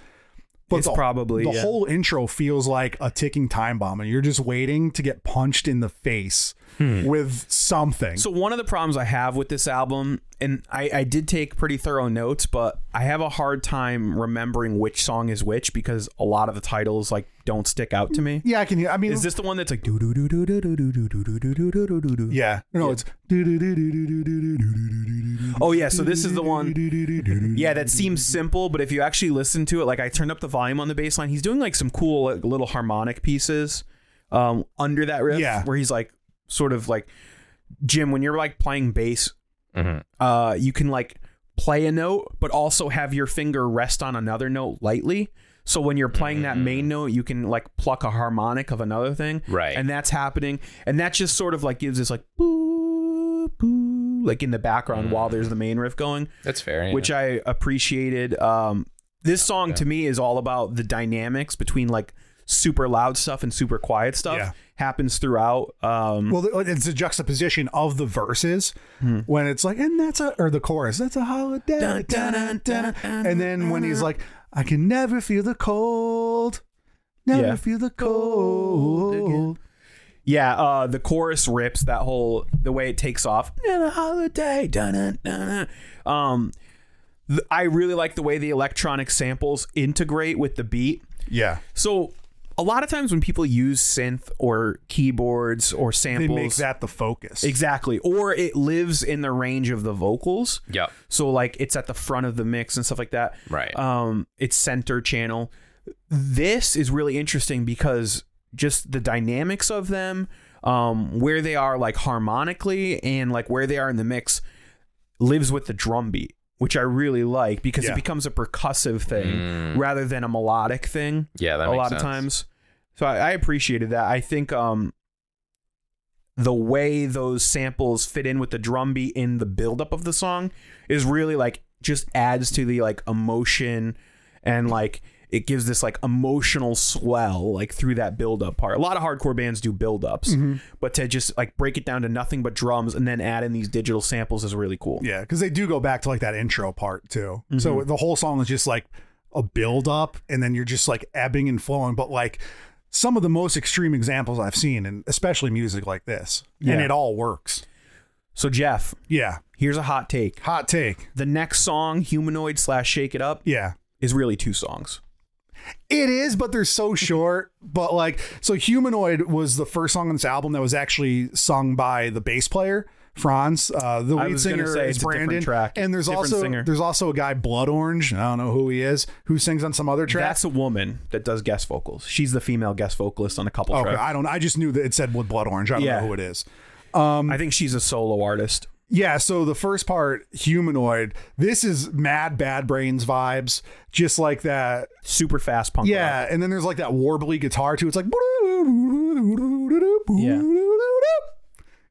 But It's the, probably, the yeah. whole intro feels like a ticking time bomb, and you're just waiting to get punched in the face with something. So one of the problems I have with this album, and I, I did take pretty thorough notes, but I have a hard time remembering which song is which because a lot of the titles like don't stick out to me. yeah, I can hear. I mean, Is this the one that's like do do do do do do do do do do do do do do do? yeah, no, it's do do do do do do do do do. Oh yeah, so this is the one. Yeah, that seems simple, but if you actually listen to it, like I turned up the volume on the bass line. He's doing like some cool like, little harmonic pieces um, under that riff, Yeah. where he's like sort of like Jim. When you're like playing bass, Mhm. uh, you can like play a note, but also have your finger rest on another note lightly. So when you're playing that main note, you can like pluck a harmonic of another thing, Mm. Right. And that's happening, and that just sort of like gives this like boo boo like in the background while there's the main riff going, That's fair. Mm. yeah. which I appreciated. Um, this song to me is all about the dynamics between like super loud stuff and super quiet stuff Yeah. happens throughout. Um, Well, th- it's a juxtaposition of the verses when it's like, and that's a, or the chorus, that's a holiday. Hmm. Dun, dun, dun, dun, dun, and then when he's like, I can never feel the cold, never Yeah. feel the cold. Yeah, uh, the chorus rips that whole the way it takes off. And a holiday, dun dun Um, th- I really like the way the electronic samples integrate with the beat. Yeah. So a lot of times when people use synth or keyboards or They samples, make that the focus. exactly, or it lives in the range of the vocals. Yep. So like it's at the front of the mix and stuff like that. Right. Um, it's center channel. This is really interesting because just the dynamics of them, um, where they are like harmonically and like where they are in the mix, lives with the drum beat, which I really like because Yeah. it becomes a percussive thing rather than a melodic thing. Mm. Yeah, that a makes lot sense. of times. So I, I appreciated that. I think um, the way those samples fit in with the drum beat in the buildup of the song is really like just adds to the like emotion and like it gives this like emotional swell like through that buildup part. A lot of hardcore bands do buildups, Mm-hmm. but to just like break it down to nothing but drums and then add in these digital samples is really cool. Yeah. Cause they do go back to like that intro part too. So Mm-hmm. the whole song is just like a build up and then you're just like ebbing and flowing. But like some of the most extreme examples I've seen, and especially music like this, and Yeah. it all works. So Jeff, Yeah. here's a hot take. Hot take. The next song, Humanoid slash Shake It Up, Yeah. is really two songs. It is, but they're so short. But like, so Humanoid was the first song on this album that was actually sung by the bass player Franz. Uh, the I lead was gonna singer say is it's a different Brandon, track. and there's Different also singer. there's also a guy Blood Orange. I don't know who he is, who sings on some other tracks. That's a woman that does guest vocals. She's the female guest vocalist on a couple Oh, Okay, tracks. I don't. I just knew that it said with Blood Orange. I don't Yeah. know who it is. Um, I think she's a solo artist. Yeah, so the first part, humanoid. This is mad bad brains vibes, just like that Super fast punk. rock. Yeah, and then there's like that warbly guitar too. It's like, You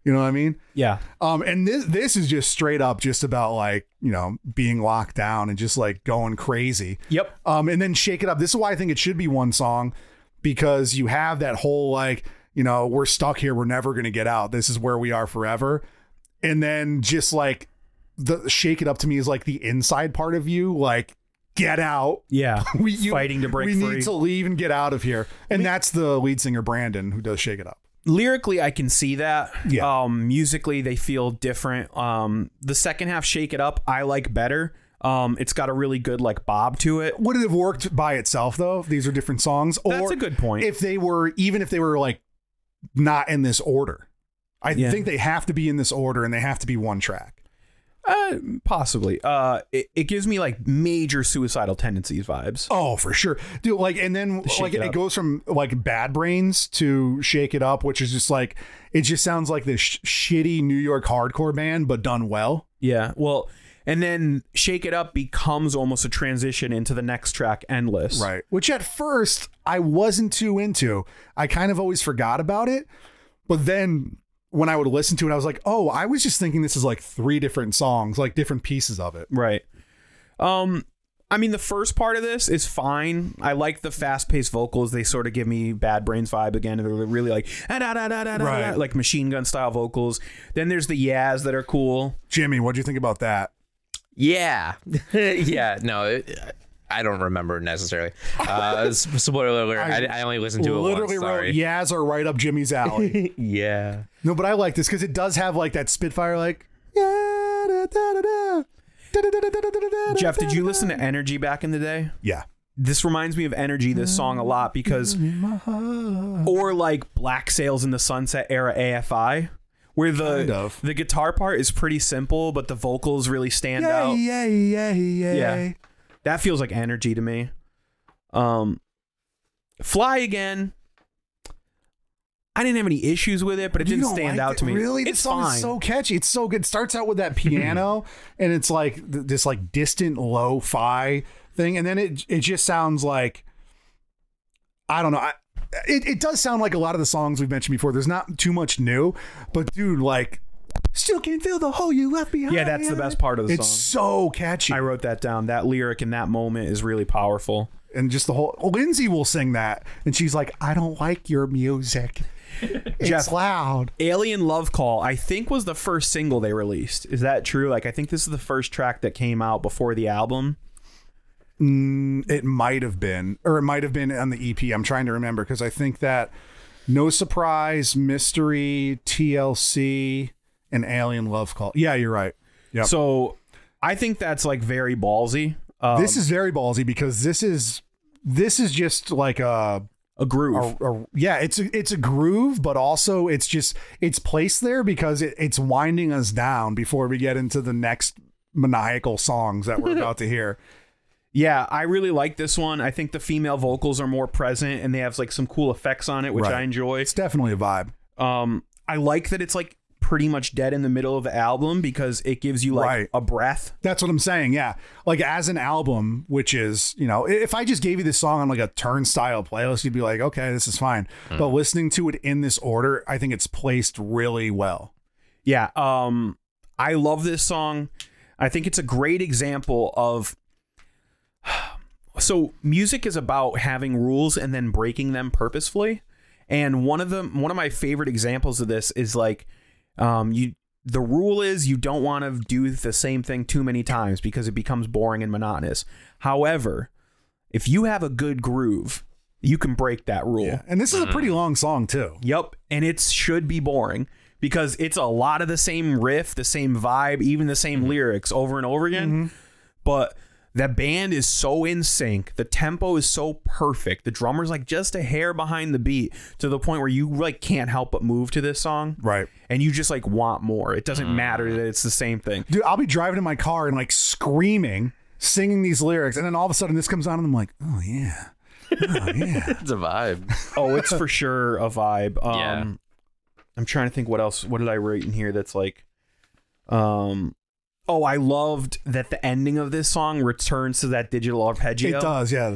know what I mean? Yeah. Um, and this this is just straight up just about like you know being locked down and just like going crazy. Yep. Um, and then shake it up. This is why I think it should be one song because you have that whole like you know we're stuck here, we're never gonna get out. This is where we are forever. And then just like the shake it up to me is like the inside part of you like get out. Yeah. We you, Fighting to break We free. need to leave and get out of here. And that's the lead singer Brandon who does shake it up. lyrically i can see that Yeah. um musically they feel different um the second half shake it up i like better um it's got a really good like bob to it would it have worked by itself though? If these are different songs. That's a good point. If they were, even if they were like not in this order, I Yeah. think they have to be in this order and they have to be one track. uh, possibly uh it, it gives me like major suicidal tendencies vibes Oh, for sure, dude. Like, and then Shake like It it, Up. goes from like Bad Brains to Shake It Up, which is just like it just sounds like this sh- shitty New York hardcore band, but done well. yeah well and then shake it up becomes almost a transition into the next track endless Right. Which at first I wasn't too into. I kind of always forgot about it. But then when I would listen to it, I was like, oh, I was just thinking this is like three different songs, like different pieces of it. Right. Um I mean the first part of this is fine. I like the fast-paced vocals. They sort of give me Bad Brains vibe again. They're really like "Ah, da, da, da, da, da, Right. da," like machine gun style vocals. Then there's the yas that are cool. Jimmy, what do you think about that? Yeah. yeah. No, it, I don't remember necessarily. Uh, s- spoiler alert. I, I only listened to it Literally once. Sorry. wrote Yaz are right up Jimmy's alley. yeah. no, but I like this because it does have like that Spitfire, like, yeah, da, da, da, da. Da, da, da, da, da, da, da, da, Jeff, did da, you da. listen to Energy back in the day? Yeah. This reminds me of Energy, this song a lot because or like Black Sails in the Sunset era AFI. Where the Kind of. the guitar part is pretty simple, but the vocals really stand Yay, out. yay, yay, yay. That feels like energy to me. Um Fly again. I didn't have any issues with it, but it You didn't don't stand like out it? to me. Really, it's this song fine. is so catchy. It's so good. It starts out with that piano, and it's like th- this like distant lo-fi thing, and then it it just sounds like I don't know. I, it it does sound like a lot of the songs we've mentioned before. There's not too much new, but dude, like still can feel the hole you left behind. Yeah, that's the best part of the It's song. so catchy, I wrote that down. That lyric in that moment is really powerful. and just the whole Lindsay will sing that, and she's like, "I don't like your music. It's Jeff. loud." Alien Love Call, I think, was the first single they released. Is that true? Like, I think this is the first track that came out before the album. it might have been, or it might have been on the EP. I'm trying to remember because I think that No Surprise, Mystery, TLC, and Alien Love Call. Yeah, you're right. Yep. So I think that's like very ballsy. Um, this is very ballsy because this is this is just like a, a groove. a, a- yeah, it's a, it's a groove, but also it's just it's placed there because it, it's winding us down before we get into the next maniacal songs that we're about to hear. Yeah, I really like this one. I think the female vocals are more present and they have like some cool effects on it, which Right. I enjoy. It's definitely a vibe. Um, I like that it's like pretty much dead in the middle of the album because it gives you like Right. a breath. That's what I'm saying. Yeah. Like as an album, which is, you know, i- if I just gave you this song on like a turnstile playlist, you'd be like, okay, this is fine. But listening to it in this order, I think it's placed really well. Yeah. Um, I love this song. I think it's a great example of. So music is about having rules and then breaking them purposefully. And one of the one of my favorite examples of this is like, um, you the rule is you don't want to do the same thing too many times because it becomes boring and monotonous. However, if you have a good groove, you can break that rule. And this is a pretty long song, too. Yep, and it should be boring because it's a lot of the same riff, the same vibe, even the same lyrics over and over again. But the band is so in sync, the tempo is so perfect, the drummer's like just a hair behind the beat to the point where you like can't help but move to this song. Right. And you just like want more. It doesn't matter that it's the same thing. Dude, I'll be driving in my car and like screaming, singing these lyrics. And then all of a sudden this comes on and I'm like, oh, yeah. Oh, yeah. It's a vibe. Oh, it's for sure a vibe. Um Yeah. I'm trying to think what else what did I write in here that's like um Oh, I loved that the ending of this song returns to that digital arpeggio. it does. Yeah.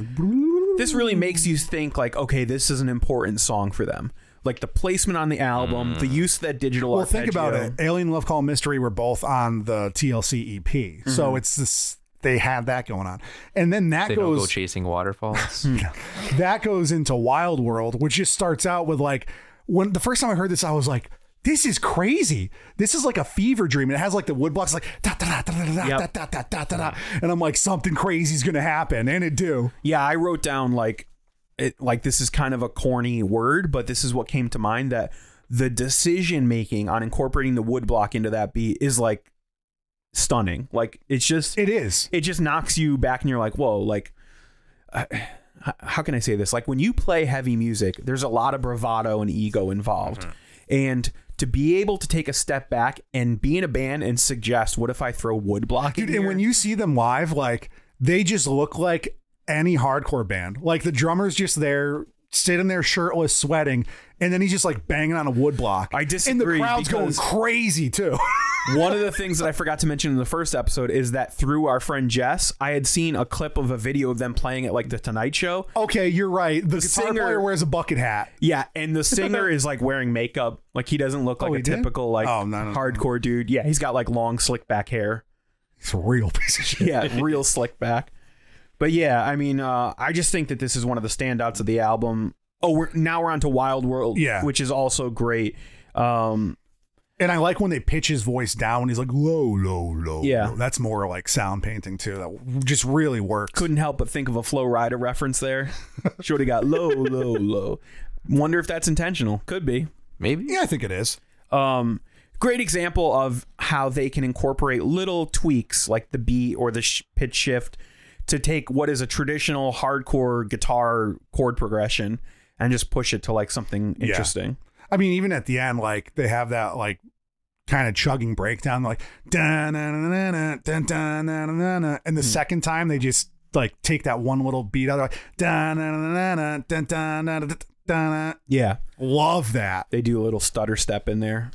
This really makes you think like, okay, this is an important song for them. like the placement on the album, the use of that digital. Mm. Well, think about arpeggio. it. Alien Love Call Mystery were both on the TLC EP, E so it's this. They have that going on, and then that Mm-hmm. They don't go goes chasing waterfalls. that goes into Wild World, which just starts out with like when the first time I heard this, I was like, "This is crazy. This is like a fever dream." And it has like the wood blocks, like da da da da da da Yep. da da da da da, and I'm like, "Something crazy is gonna happen," and it do. Yeah, I wrote down like it like this is kind of a corny word, but this is what came to mind that the decision making on incorporating the wood block into that beat is like stunning. Like it's just it, It is. just knocks you back and you're like, "Whoa, like uh, h- how can I say this? Like when you play heavy music, there's a lot of bravado and ego Mm-hmm. involved. And to be able to take a step back and be in a band and suggest, what if I throw wood block in Dude, and here?" when you see them live, like they just look like any hardcore band. Like the drummer's just there sitting there shirtless, sweating, and then he's just like banging on a wood block. I And the disagree crowd's going because- crazy too. One of the things that I forgot to mention in the first episode is that through our friend Jess, I had seen a clip of a video of them playing at like the Tonight Show. okay, you're right. The, guitar singer- player wears a bucket hat. Yeah, and the singer is like wearing makeup. Like he doesn't look like Oh, a he did? typical like Oh, no, no, no. hardcore dude. Yeah, he's got like long slick back hair. It's a real piece of shit. Yeah, real slick back. But yeah, I mean, uh, I just think that this is one of the standouts of the album. Oh, we're now we're on to Wild World, Yeah. which is also great. Um, And I like when they pitch his voice down. He's like low, low, low. Yeah. low. that's more like sound painting too. That just really works. couldn't help but think of a Flow Rider reference there. Shorty got low, low, low. Wonder if that's intentional. Could be. Maybe. yeah, I think it is. Um, great example of how they can incorporate little tweaks like the beat or the sh- pitch shift to take what is a traditional hardcore guitar chord progression and just push it to like something Yeah. interesting. I mean, even at the end, like they have that like kind of chugging breakdown, like dun dun dun dun dun dun dun dun dun. and the second time they just like take that one little beat out, they're like dun dun dun dun dun dun dun dun dun. Yeah. Love that. They do a little stutter step in there.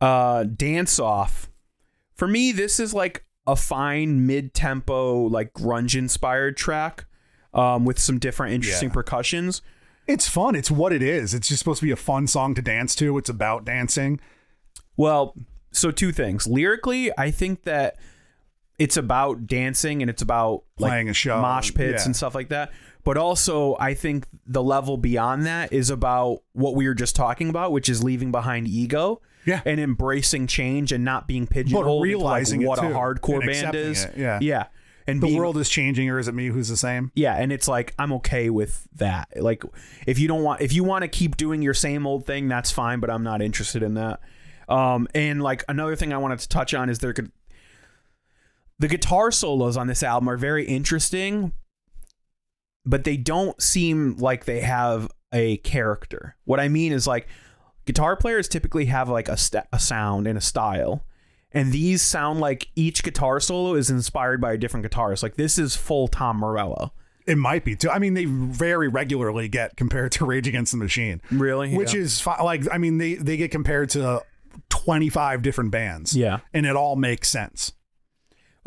Uh, dance off. For me, this is like a fine mid-tempo, like grunge-inspired track, um, with some different interesting Yeah. percussions. It's fun. It's what it is. It's just supposed to be a fun song to dance to. It's about dancing. Well, so two things. Lyrically, I think that it's about dancing and it's about like, Playing a show. mosh pits Yeah. and stuff like that. But also, I think the level beyond that is about what we were just talking about, which is leaving behind ego. Yeah. And embracing change and not being pigeonholed into, like, realizing it, what too, a hardcore and band accepting is. it, yeah. Yeah. And The being, world is changing, or is it me who's the same? yeah, and it's like I'm okay with that. Like if you don't want if you want to keep doing your same old thing, that's fine, but I'm not interested in that. Um and like another thing I wanted to touch on is there could the guitar solos on this album are very interesting, but they don't seem like they have a character. What I mean is like guitar players typically have like a st- a sound and a style. And these sound like each guitar solo is inspired by a different guitarist. Like this is full Tom Morello. It might be too. I mean, they very regularly get compared to Rage Against the Machine. Really? Which Yeah. is fi- like, I mean, they, they get compared to 25 different bands. Yeah. And it all makes sense.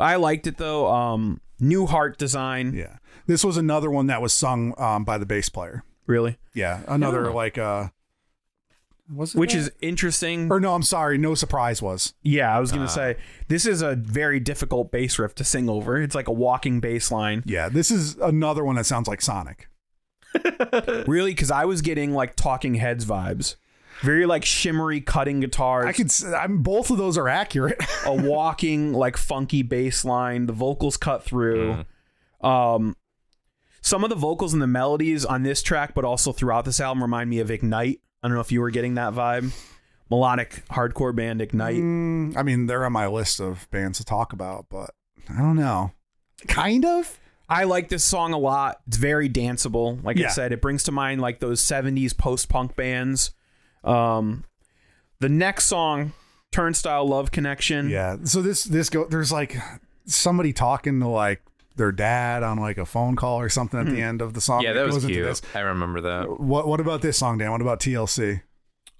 I liked it though. Um, new heart design. Yeah. This was another one that was sung um, by the bass player. Really, Yeah. Another, like, uh, was it which that? is interesting. or no, I'm sorry. No surprise was. yeah, I was gonna say this is a very difficult bass riff to sing over. It's like a walking bass line, Yeah. This is another one that sounds like Sonic. really, because I was getting like Talking Heads vibes, very like shimmery cutting guitars, I could, s- I'm, both of those are accurate. a walking like funky bass line. The vocals cut through. Um, some of the vocals and the melodies on this track, but also throughout this album, remind me of Ignite. I don't know if you were getting that vibe, melodic hardcore band Ignite. Mm, I mean, they're on my list of bands to talk about, but I don't know. Kind of. I like this song a lot. It's very danceable. Like Yeah. I said, it brings to mind like those 70s post-punk bands. Um the next song, Turnstile Love Connection. Yeah. So this this go there's like somebody talking to like their dad on like a phone call or something at the end of the song. Yeah, that It was goes into cute. this. I remember that. What what about this song, Dan? What about TLC?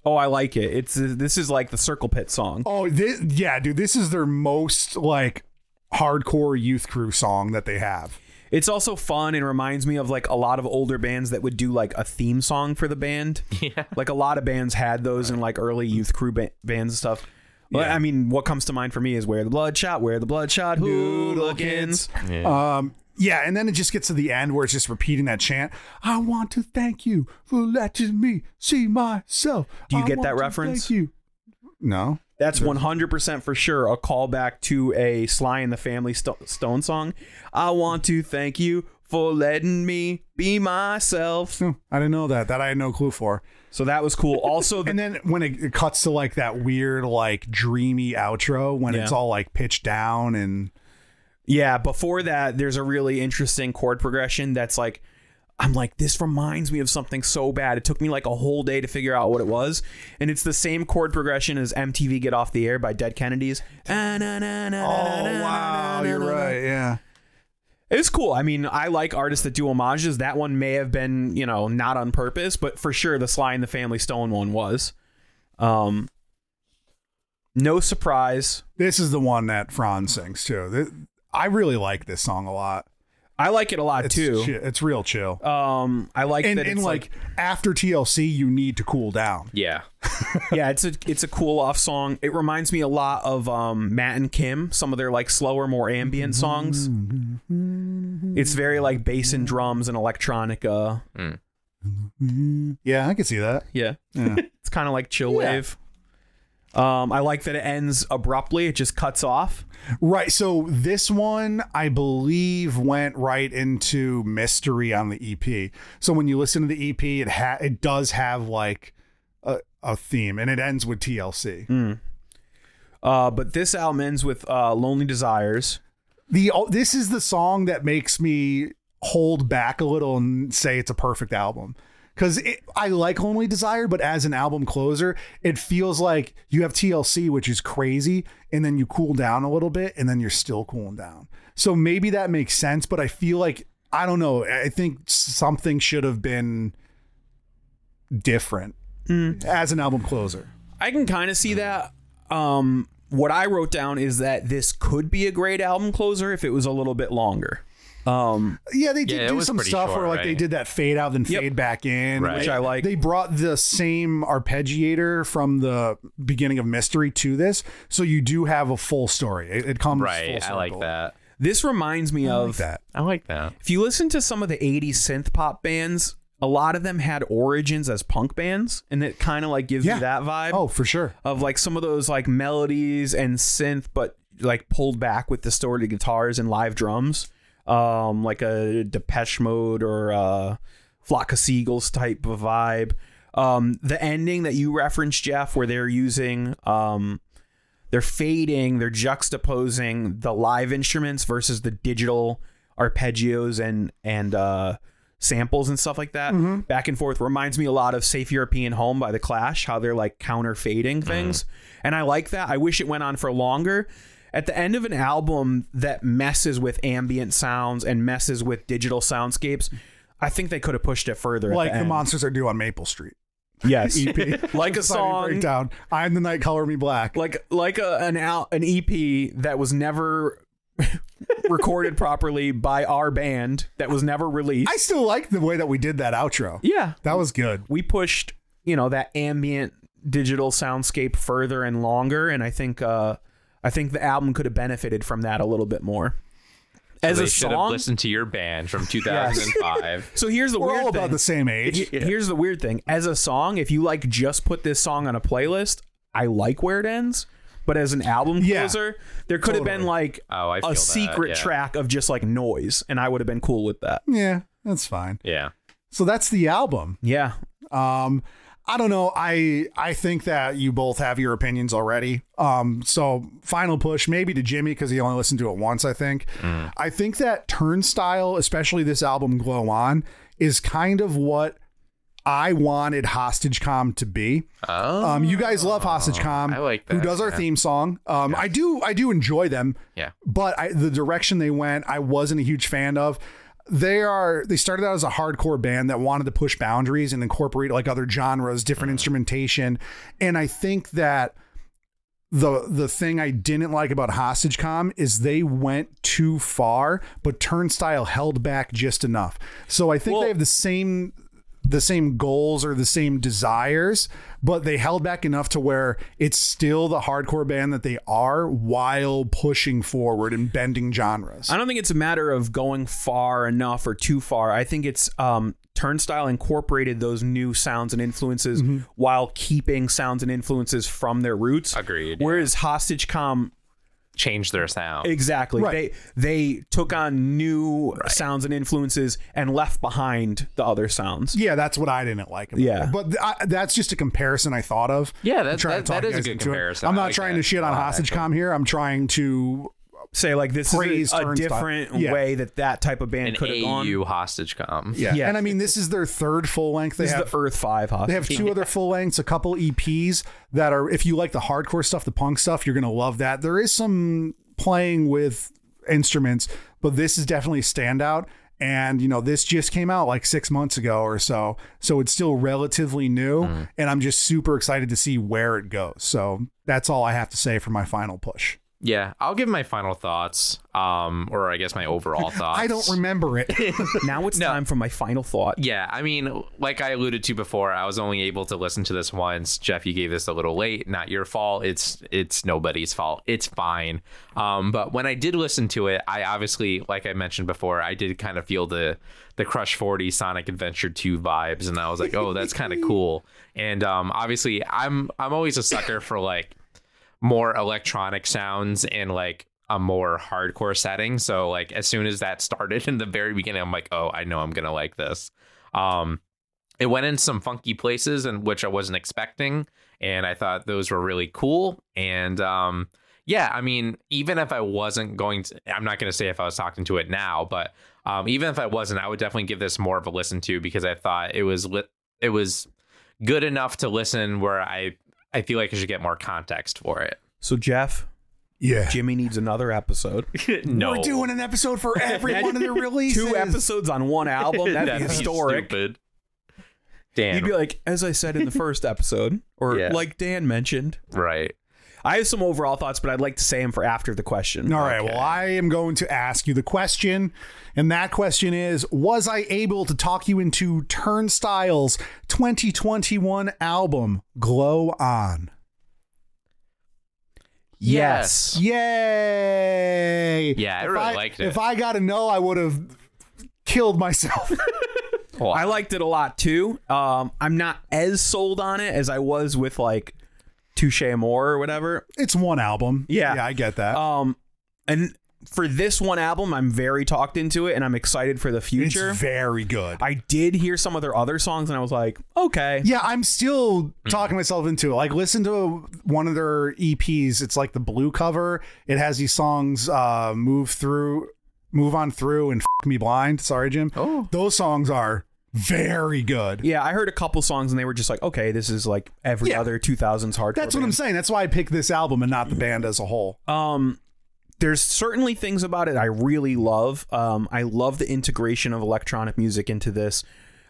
Oh, I like it. It's this is like the Circle Pit song. Oh, this, yeah, dude, this is their most like hardcore youth crew song that they have. It's also fun and reminds me of like a lot of older bands that would do like a theme song for the band. Yeah. Like a lot of bands had those in like early youth crew ba- bands and stuff. Well, I mean, what comes to mind for me is Where the Bloodshot, Where the Bloodshot, Hoodlekins. Um, Yeah, and then it just gets to the end where it's just repeating that chant. I want to thank you for letting me see myself. Do you I get want that to reference? Thank you. No. That's 100% for sure a callback to a Sly and the Family Sto- Stone song. I want to thank you for letting me be myself. No, I didn't know that. That I had no clue for. So that was cool. Also, the, And then when it, it cuts to like that weird, like dreamy outro when Yeah. it's all like pitched down and yeah, before that, there's a really interesting chord progression that's like, I'm like, this reminds me of something so bad. It took me like a whole day to figure out what it was. And it's the same chord progression as MTV Get Off the Air by Dead Kennedys. oh wow, you're right, yeah. It was cool. I mean, I like artists that do homages. That one may have been, you know, not on purpose, but for sure the Sly and the Family Stone one was. Um no surprise. This is the one that Franz sings too. Th- I really like this song a lot. I like it a lot It's too. chi- it's real chill. Um I like and that and it's like, after TLC, you need to cool down. Yeah. like yeah, it's a it's a cool off song. It reminds me a lot of um Matt and Kim, some of their like slower, more ambient songs. It's very like bass and drums and electronica. Yeah, I can see that. Yeah. it's kind of like chill wave. Um, I like that it ends abruptly. It just cuts off. Right. So this one, I believe, went right into mystery on the EP. So when you listen to the EP, it ha- it does have like a, a theme, and it ends with TLC. Uh, but this album ends with uh, Lonely Desires. The oh, this is the song that makes me hold back a little and say it's a perfect album. Because I like Lonely Desire, but as an album closer, it feels like you have TLC, which is crazy, and then you cool down a little bit, and then you're still cooling down. So maybe that makes sense, but I feel like, I don't know, I think something should have been different as an album closer. I can kind of see that. Um, what I wrote down is that this could be a great album closer if it was a little bit longer, um, Yeah, they did Yeah, it do was some pretty stuff where short, like they right? did that fade out then Yep. fade back in, Right. which I like. They brought the same arpeggiator from the beginning of Mystery to this, so you do have a full story. It, it comes Full Right. I circle. like that. this reminds me of That I like that. if you listen to some of the 80s synth pop bands, a lot of them had origins as punk bands, and it kind of like gives Yeah. you that vibe. oh for sure. of like some of those like melodies and synth, but like pulled back with distorted guitars and live drums, um, like a Depeche Mode or uh Flock of Seagulls type of vibe. Um, the ending that you referenced, Jeff, where they're using um, they're fading, they're juxtaposing the live instruments versus the digital arpeggios and and uh, samples and stuff like that Mm-hmm. back and forth reminds me a lot of Safe European Home by The Clash, how they're like counter fading things, and I like that. I wish it went on for longer. At the end of an album that messes with ambient sounds and messes with digital soundscapes, I think they could have pushed it further. at Like the, the end. monsters are due on E Maple Street. yes, EP. like Society a song breakdown. I'm the night. Color me black. like like a, an out an EP that was never recorded properly by our band that was never released. I still like the way that we did that outro. yeah, That was good. we pushed you know that ambient digital soundscape further and longer, and I think uh I think the album could have benefited from that a little bit more. As they a should song, have listened to your band from 2005. so here's the We're weird all thing. about the same age. Here's the weird thing. As a song, if you like just put this song on a playlist, I like where it ends. But as an album Yeah, closer, there could have been totally. like Oh, I feel a that, secret yeah. track of just like noise, and I would have been cool with that. Yeah, that's fine. yeah. So that's the album. Yeah. Um, I don't know. I I think that you both have your opinions already. Um, so final push maybe to Jimmy because he only listened to it once. I think. Mm. I think that Turnstile, especially this album Glow On, is kind of what I wanted Hostage Com to be. Oh. Um, you guys love Hostage Com. I like Who that, does our yeah. theme song? Um, I do. I do enjoy them yeah. but I, the direction they went, I wasn't a huge fan of. They are they started out as a hardcore band that wanted to push boundaries Mm-hmm. and incorporate like other genres, different instrumentation, and I think that the the thing I didn't like about Hostage Com is they went too far, but Turnstile held back just enough. So I think Well- they have the same the same goals or the same desires, but they held back enough to where it's still the hardcore band that they are while pushing forward and bending genres. I don't think it's a matter of going far enough or too far. I think it's um, Turnstile incorporated those new sounds and influences Mm-hmm. while keeping sounds and influences from their roots. Agreed, yeah. Whereas Hostage Com Change their sound. exactly Right. they they took on new sounds and influences and left behind the other sounds. yeah, that's what I didn't like. About Yeah. it. but th- I, that's just a comparison I thought of. Yeah, that- I'm trying that- to talk that is you a guys good into it. comparison. I'm I not like trying that to shit on a lot, Hostage Com here. I'm trying to Say like this Praise is a- a, Turnstile. different Yeah. way that that type of An band could have gone. AU hostage com. Yeah. Yeah. And I mean, this is their third full length. They This have is the Earth Five they Hostage. have two other full lengths, a couple EPs that are if you like the hardcore stuff, the punk stuff, you're gonna love that. There is some playing with instruments, but this is definitely a standout. And you know, this just came out like six months ago or so. So it's still relatively new. And I'm just super excited to see where it goes. So that's all I have to say for my final push. Yeah, I'll give my final thoughts, um, or I guess my overall thoughts. I don't remember it. now it's time for my final thought. Yeah, I mean, like I alluded to before, I was only able to listen to this once. Jeff, you gave this a little late. Not your fault. It's it's nobody's fault. It's fine. Um, but when I did listen to it, I obviously, like I mentioned before, I did kind of feel the the Crush Forty Sonic Adventure Two vibes, and I was like, oh, that's kind of cool. And um, obviously, I'm I'm always a sucker for like more electronic sounds and like a more hardcore setting. So like as soon as that started in the very beginning, I'm like, oh, I know I'm gonna like this. Um, it went in some funky places and which I wasn't expecting, and I thought those were really cool. And um, yeah, I mean, even if I wasn't going to, I'm not gonna say if I was talking to it now, but um, even if I wasn't, I would definitely give this more of a listen to because I thought it was lit. It was good enough to listen where I I feel like I should get more context for it. So Jeff, yeah. Jimmy needs another episode. No, We're doing an episode for every one of their releases. Two episodes on one album. That'd, be historic. stupid. Dan, You'd be like, as I said in the first episode, or Yeah. like Dan mentioned. right? I have some overall thoughts, but I'd like to say them for after the question. All right. Well, I am going to ask you the question. And that question is Was I able to talk you into Turnstile's 2021 album, Glow On? Yes. Yay. Yeah, I If really liked it. If I got to know, I would have killed myself. Well, I liked it a lot too. Um, I'm not as sold on it as I was with like Touche More or whatever. it's one album. Yeah. Yeah, I get that. Uh, Um, and for this one album, I'm very talked into it and I'm excited for the it's future. very good. I did hear some of their other songs and I was like, okay. Yeah, I'm still talking myself into it. Like, listen to one of their EPs. It's like the blue cover. It has these songs, uh, "Move Through," "Move On Through," and "F*** Me Blind." Sorry, Jim. Oh. those songs are very good. Yeah, I heard a couple songs and they were just like, okay, this is like every Yeah. other 2000s hardcore. That's what I'm band. saying. That's why I picked this album and not the band as a whole. Um, there's certainly things about it I really love. Um, I love the integration of electronic music into this.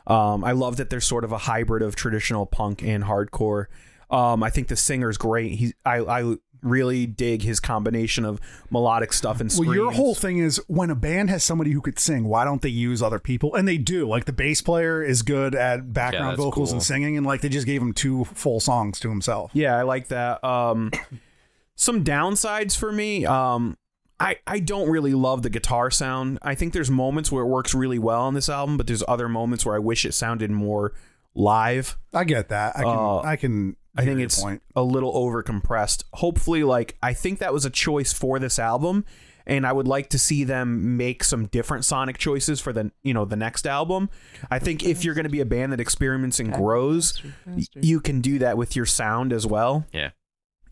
Um, I love that there's sort of a hybrid of traditional punk and hardcore. Um, I think the singer's great. He, I, I really dig his combination of melodic stuff and screams. Well, your whole thing is when a band has somebody who could sing, why don't they use other people? And they do. Like the bass player is good at background that's vocals and cool. singing, and like they just gave him two full songs to himself. Yeah, I like that. Um, some downsides for me. Um, I I don't really love the guitar sound. I think there's moments where it works really well on this album, but there's other moments where I wish it sounded more live. I get that. I can. Uh, I can. I hear think your it's point. a little over compressed. Hopefully, like I think that was a choice for this album, and I would like to see them make some different sonic choices for the you know the next album. I think if you're going to be a band that experiments and grows, y- you can do that with your sound as well. yeah,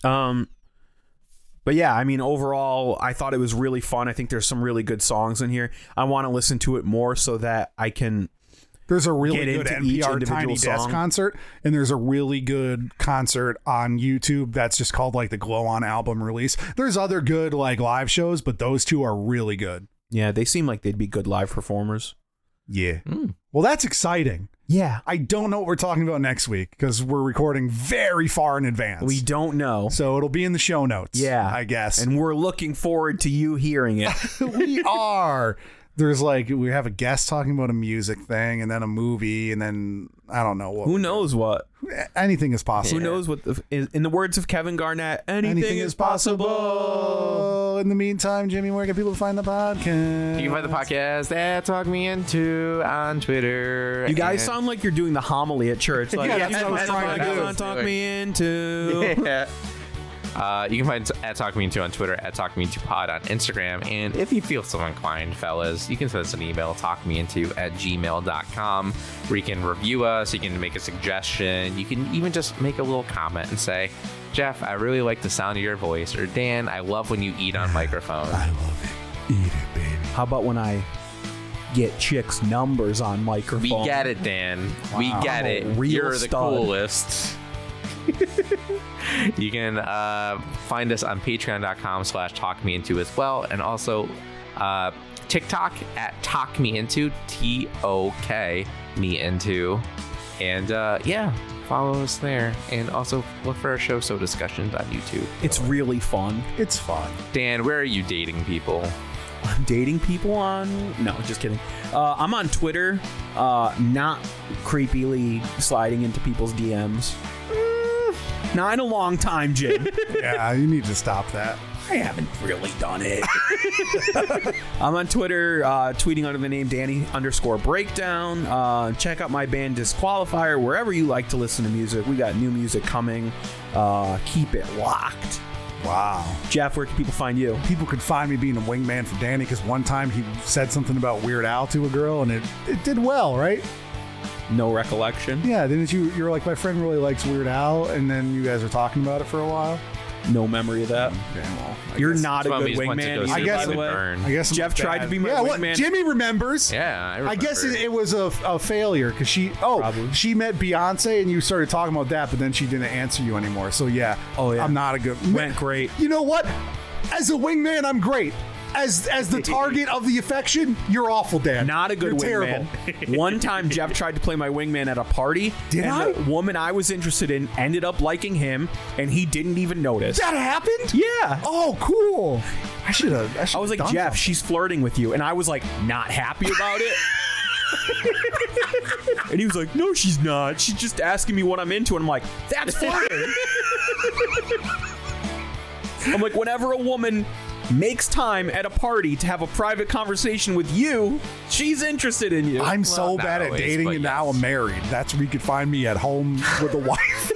Um, but yeah, I mean, overall, I thought it was really fun. I think there's some really good songs in here. I want to listen to it more so that I can. There's a really get good into each NPR individual Tiny Desk song. concert, and there's a really good concert on YouTube that's just called like the Glow On album release. There's other good like live shows, but those two are really good. Yeah, they seem like they'd be good live performers. Yeah. Well, that's exciting. Yeah. I don't know what we're talking about next week because we're recording very far in advance. We don't know. so it'll be in the show notes. Yeah. I guess. And we're looking forward to you hearing it. we are. There's like we have a guest talking about a music thing, and then a movie, and then I don't know what. Who knows what? anything is possible. Who knows what? The, in- in the words of Kevin Garnett, anything, Anything is possible. In the meantime, Jimmy, where can people find the podcast? You can find the podcast at Talk Me Into on Twitter. You guys and- sound like you're doing the homily at church. Like, Yeah, that's you what I can was find trying to the do. Amazon Talk me into. Yeah. Uh, you can find us at Talk Me Into on Twitter, at Talk Me Into Pod on Instagram. And if you feel so inclined, fellas, you can send us an email, talkmeinto at gmail.com, where you can review us, you can make a suggestion, you can even just make a little comment and say, Jeff, I really like the sound of your voice, or Dan, I love when you eat on microphone. How about when I get chicks' numbers on microphone? We get it, Dan. We Wow. get it. Real You're the stud. coolest. you can uh, find us on patreon.com slash talk me into as well. And also uh, TikTok at talk me into T O K me into. And uh, yeah, follow us there. And also look for our show so discussions on YouTube. It's really fun. It's fun. Dan, where are you dating people? I'm dating people on. No, just kidding. Uh, I'm on Twitter, uh, not creepily sliding into people's DMs. Mm. Not in a long time, Jim. yeah, you need to stop that. I haven't really done it. I'm on Twitter, uh, tweeting under the name Danny underscore breakdown. Uh, check out my band Disqualifier wherever you like to listen to music. We got new music coming. Uh, keep it locked. Wow. Jeff, where can people find you? People could find me being a wingman for Danny because one time he said something about Weird Al to a girl, and it, it did well, right? No recollection, Yeah, didn't you? You're like, my friend really likes Weird Al, and then you guys were talking about it for a while. no memory of that. Okay, well, I You're guess- not a Well, good we just went to go wingman. see either, I guess- by the way. Burn. I guess I'm Jeff bad. tried to be my yeah, what- wingman. Jimmy remembers. Yeah, I, I guess remember. it, it was a, a failure because she oh Probably. she met Beyonce and you started talking about that, but then she didn't answer you anymore. So yeah, Oh, yeah. I'm not a good Went great. You know what? As a wingman, I'm great. As as the target of the affection, you're awful, Dad. Not a good You're wingman. One time, Jeff tried to play my wingman at a party. Did and I? The woman I was interested in ended up liking him, and he didn't even notice. That happened? Yeah. Oh, cool. I should have. I, I was like, Jeff, she's flirting with you. And I was like, not happy about it. and he was like, no, she's not. She's just asking me what I'm into. And I'm like, that's flirting. I'm like, whenever a woman makes time at a party to have a private conversation with you, she's interested in you. I'm so Well, not bad at always, dating, but and now yes. I'm married. That's where you could find me at home with a wife.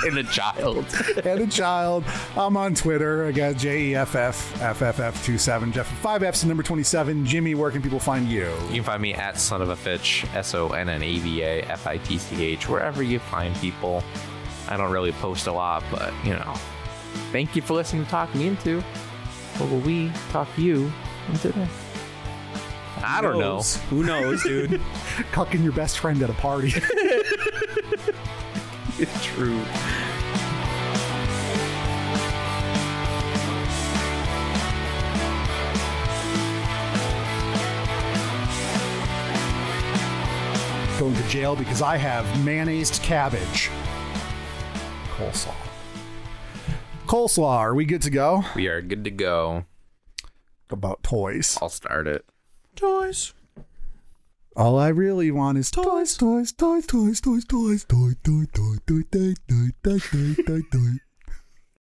in a child. and a child. I'm on Twitter. I got J E F F F F F 27. Jeff, five F's and number 27. Jimmy, where can people find you? You can find me at Son of a Fitch, S O N N A V A F I T C H, wherever you find people. I don't really post a lot, but you know. Thank you for listening to Talk Me Into. What will we talk you into today? I don't know. Who knows, dude? Cucking your best friend at a party. It's true. Going to jail because I have mayonnaised cabbage. Coleslaw. Coleslaw, are we good to go? We are good to go. About toys. I'll start it. Toys. All I really want is toys, toys, toys, toys, toys, toys, toy, toy, toy, toy, toy, toy, toy, toy, toy, toy.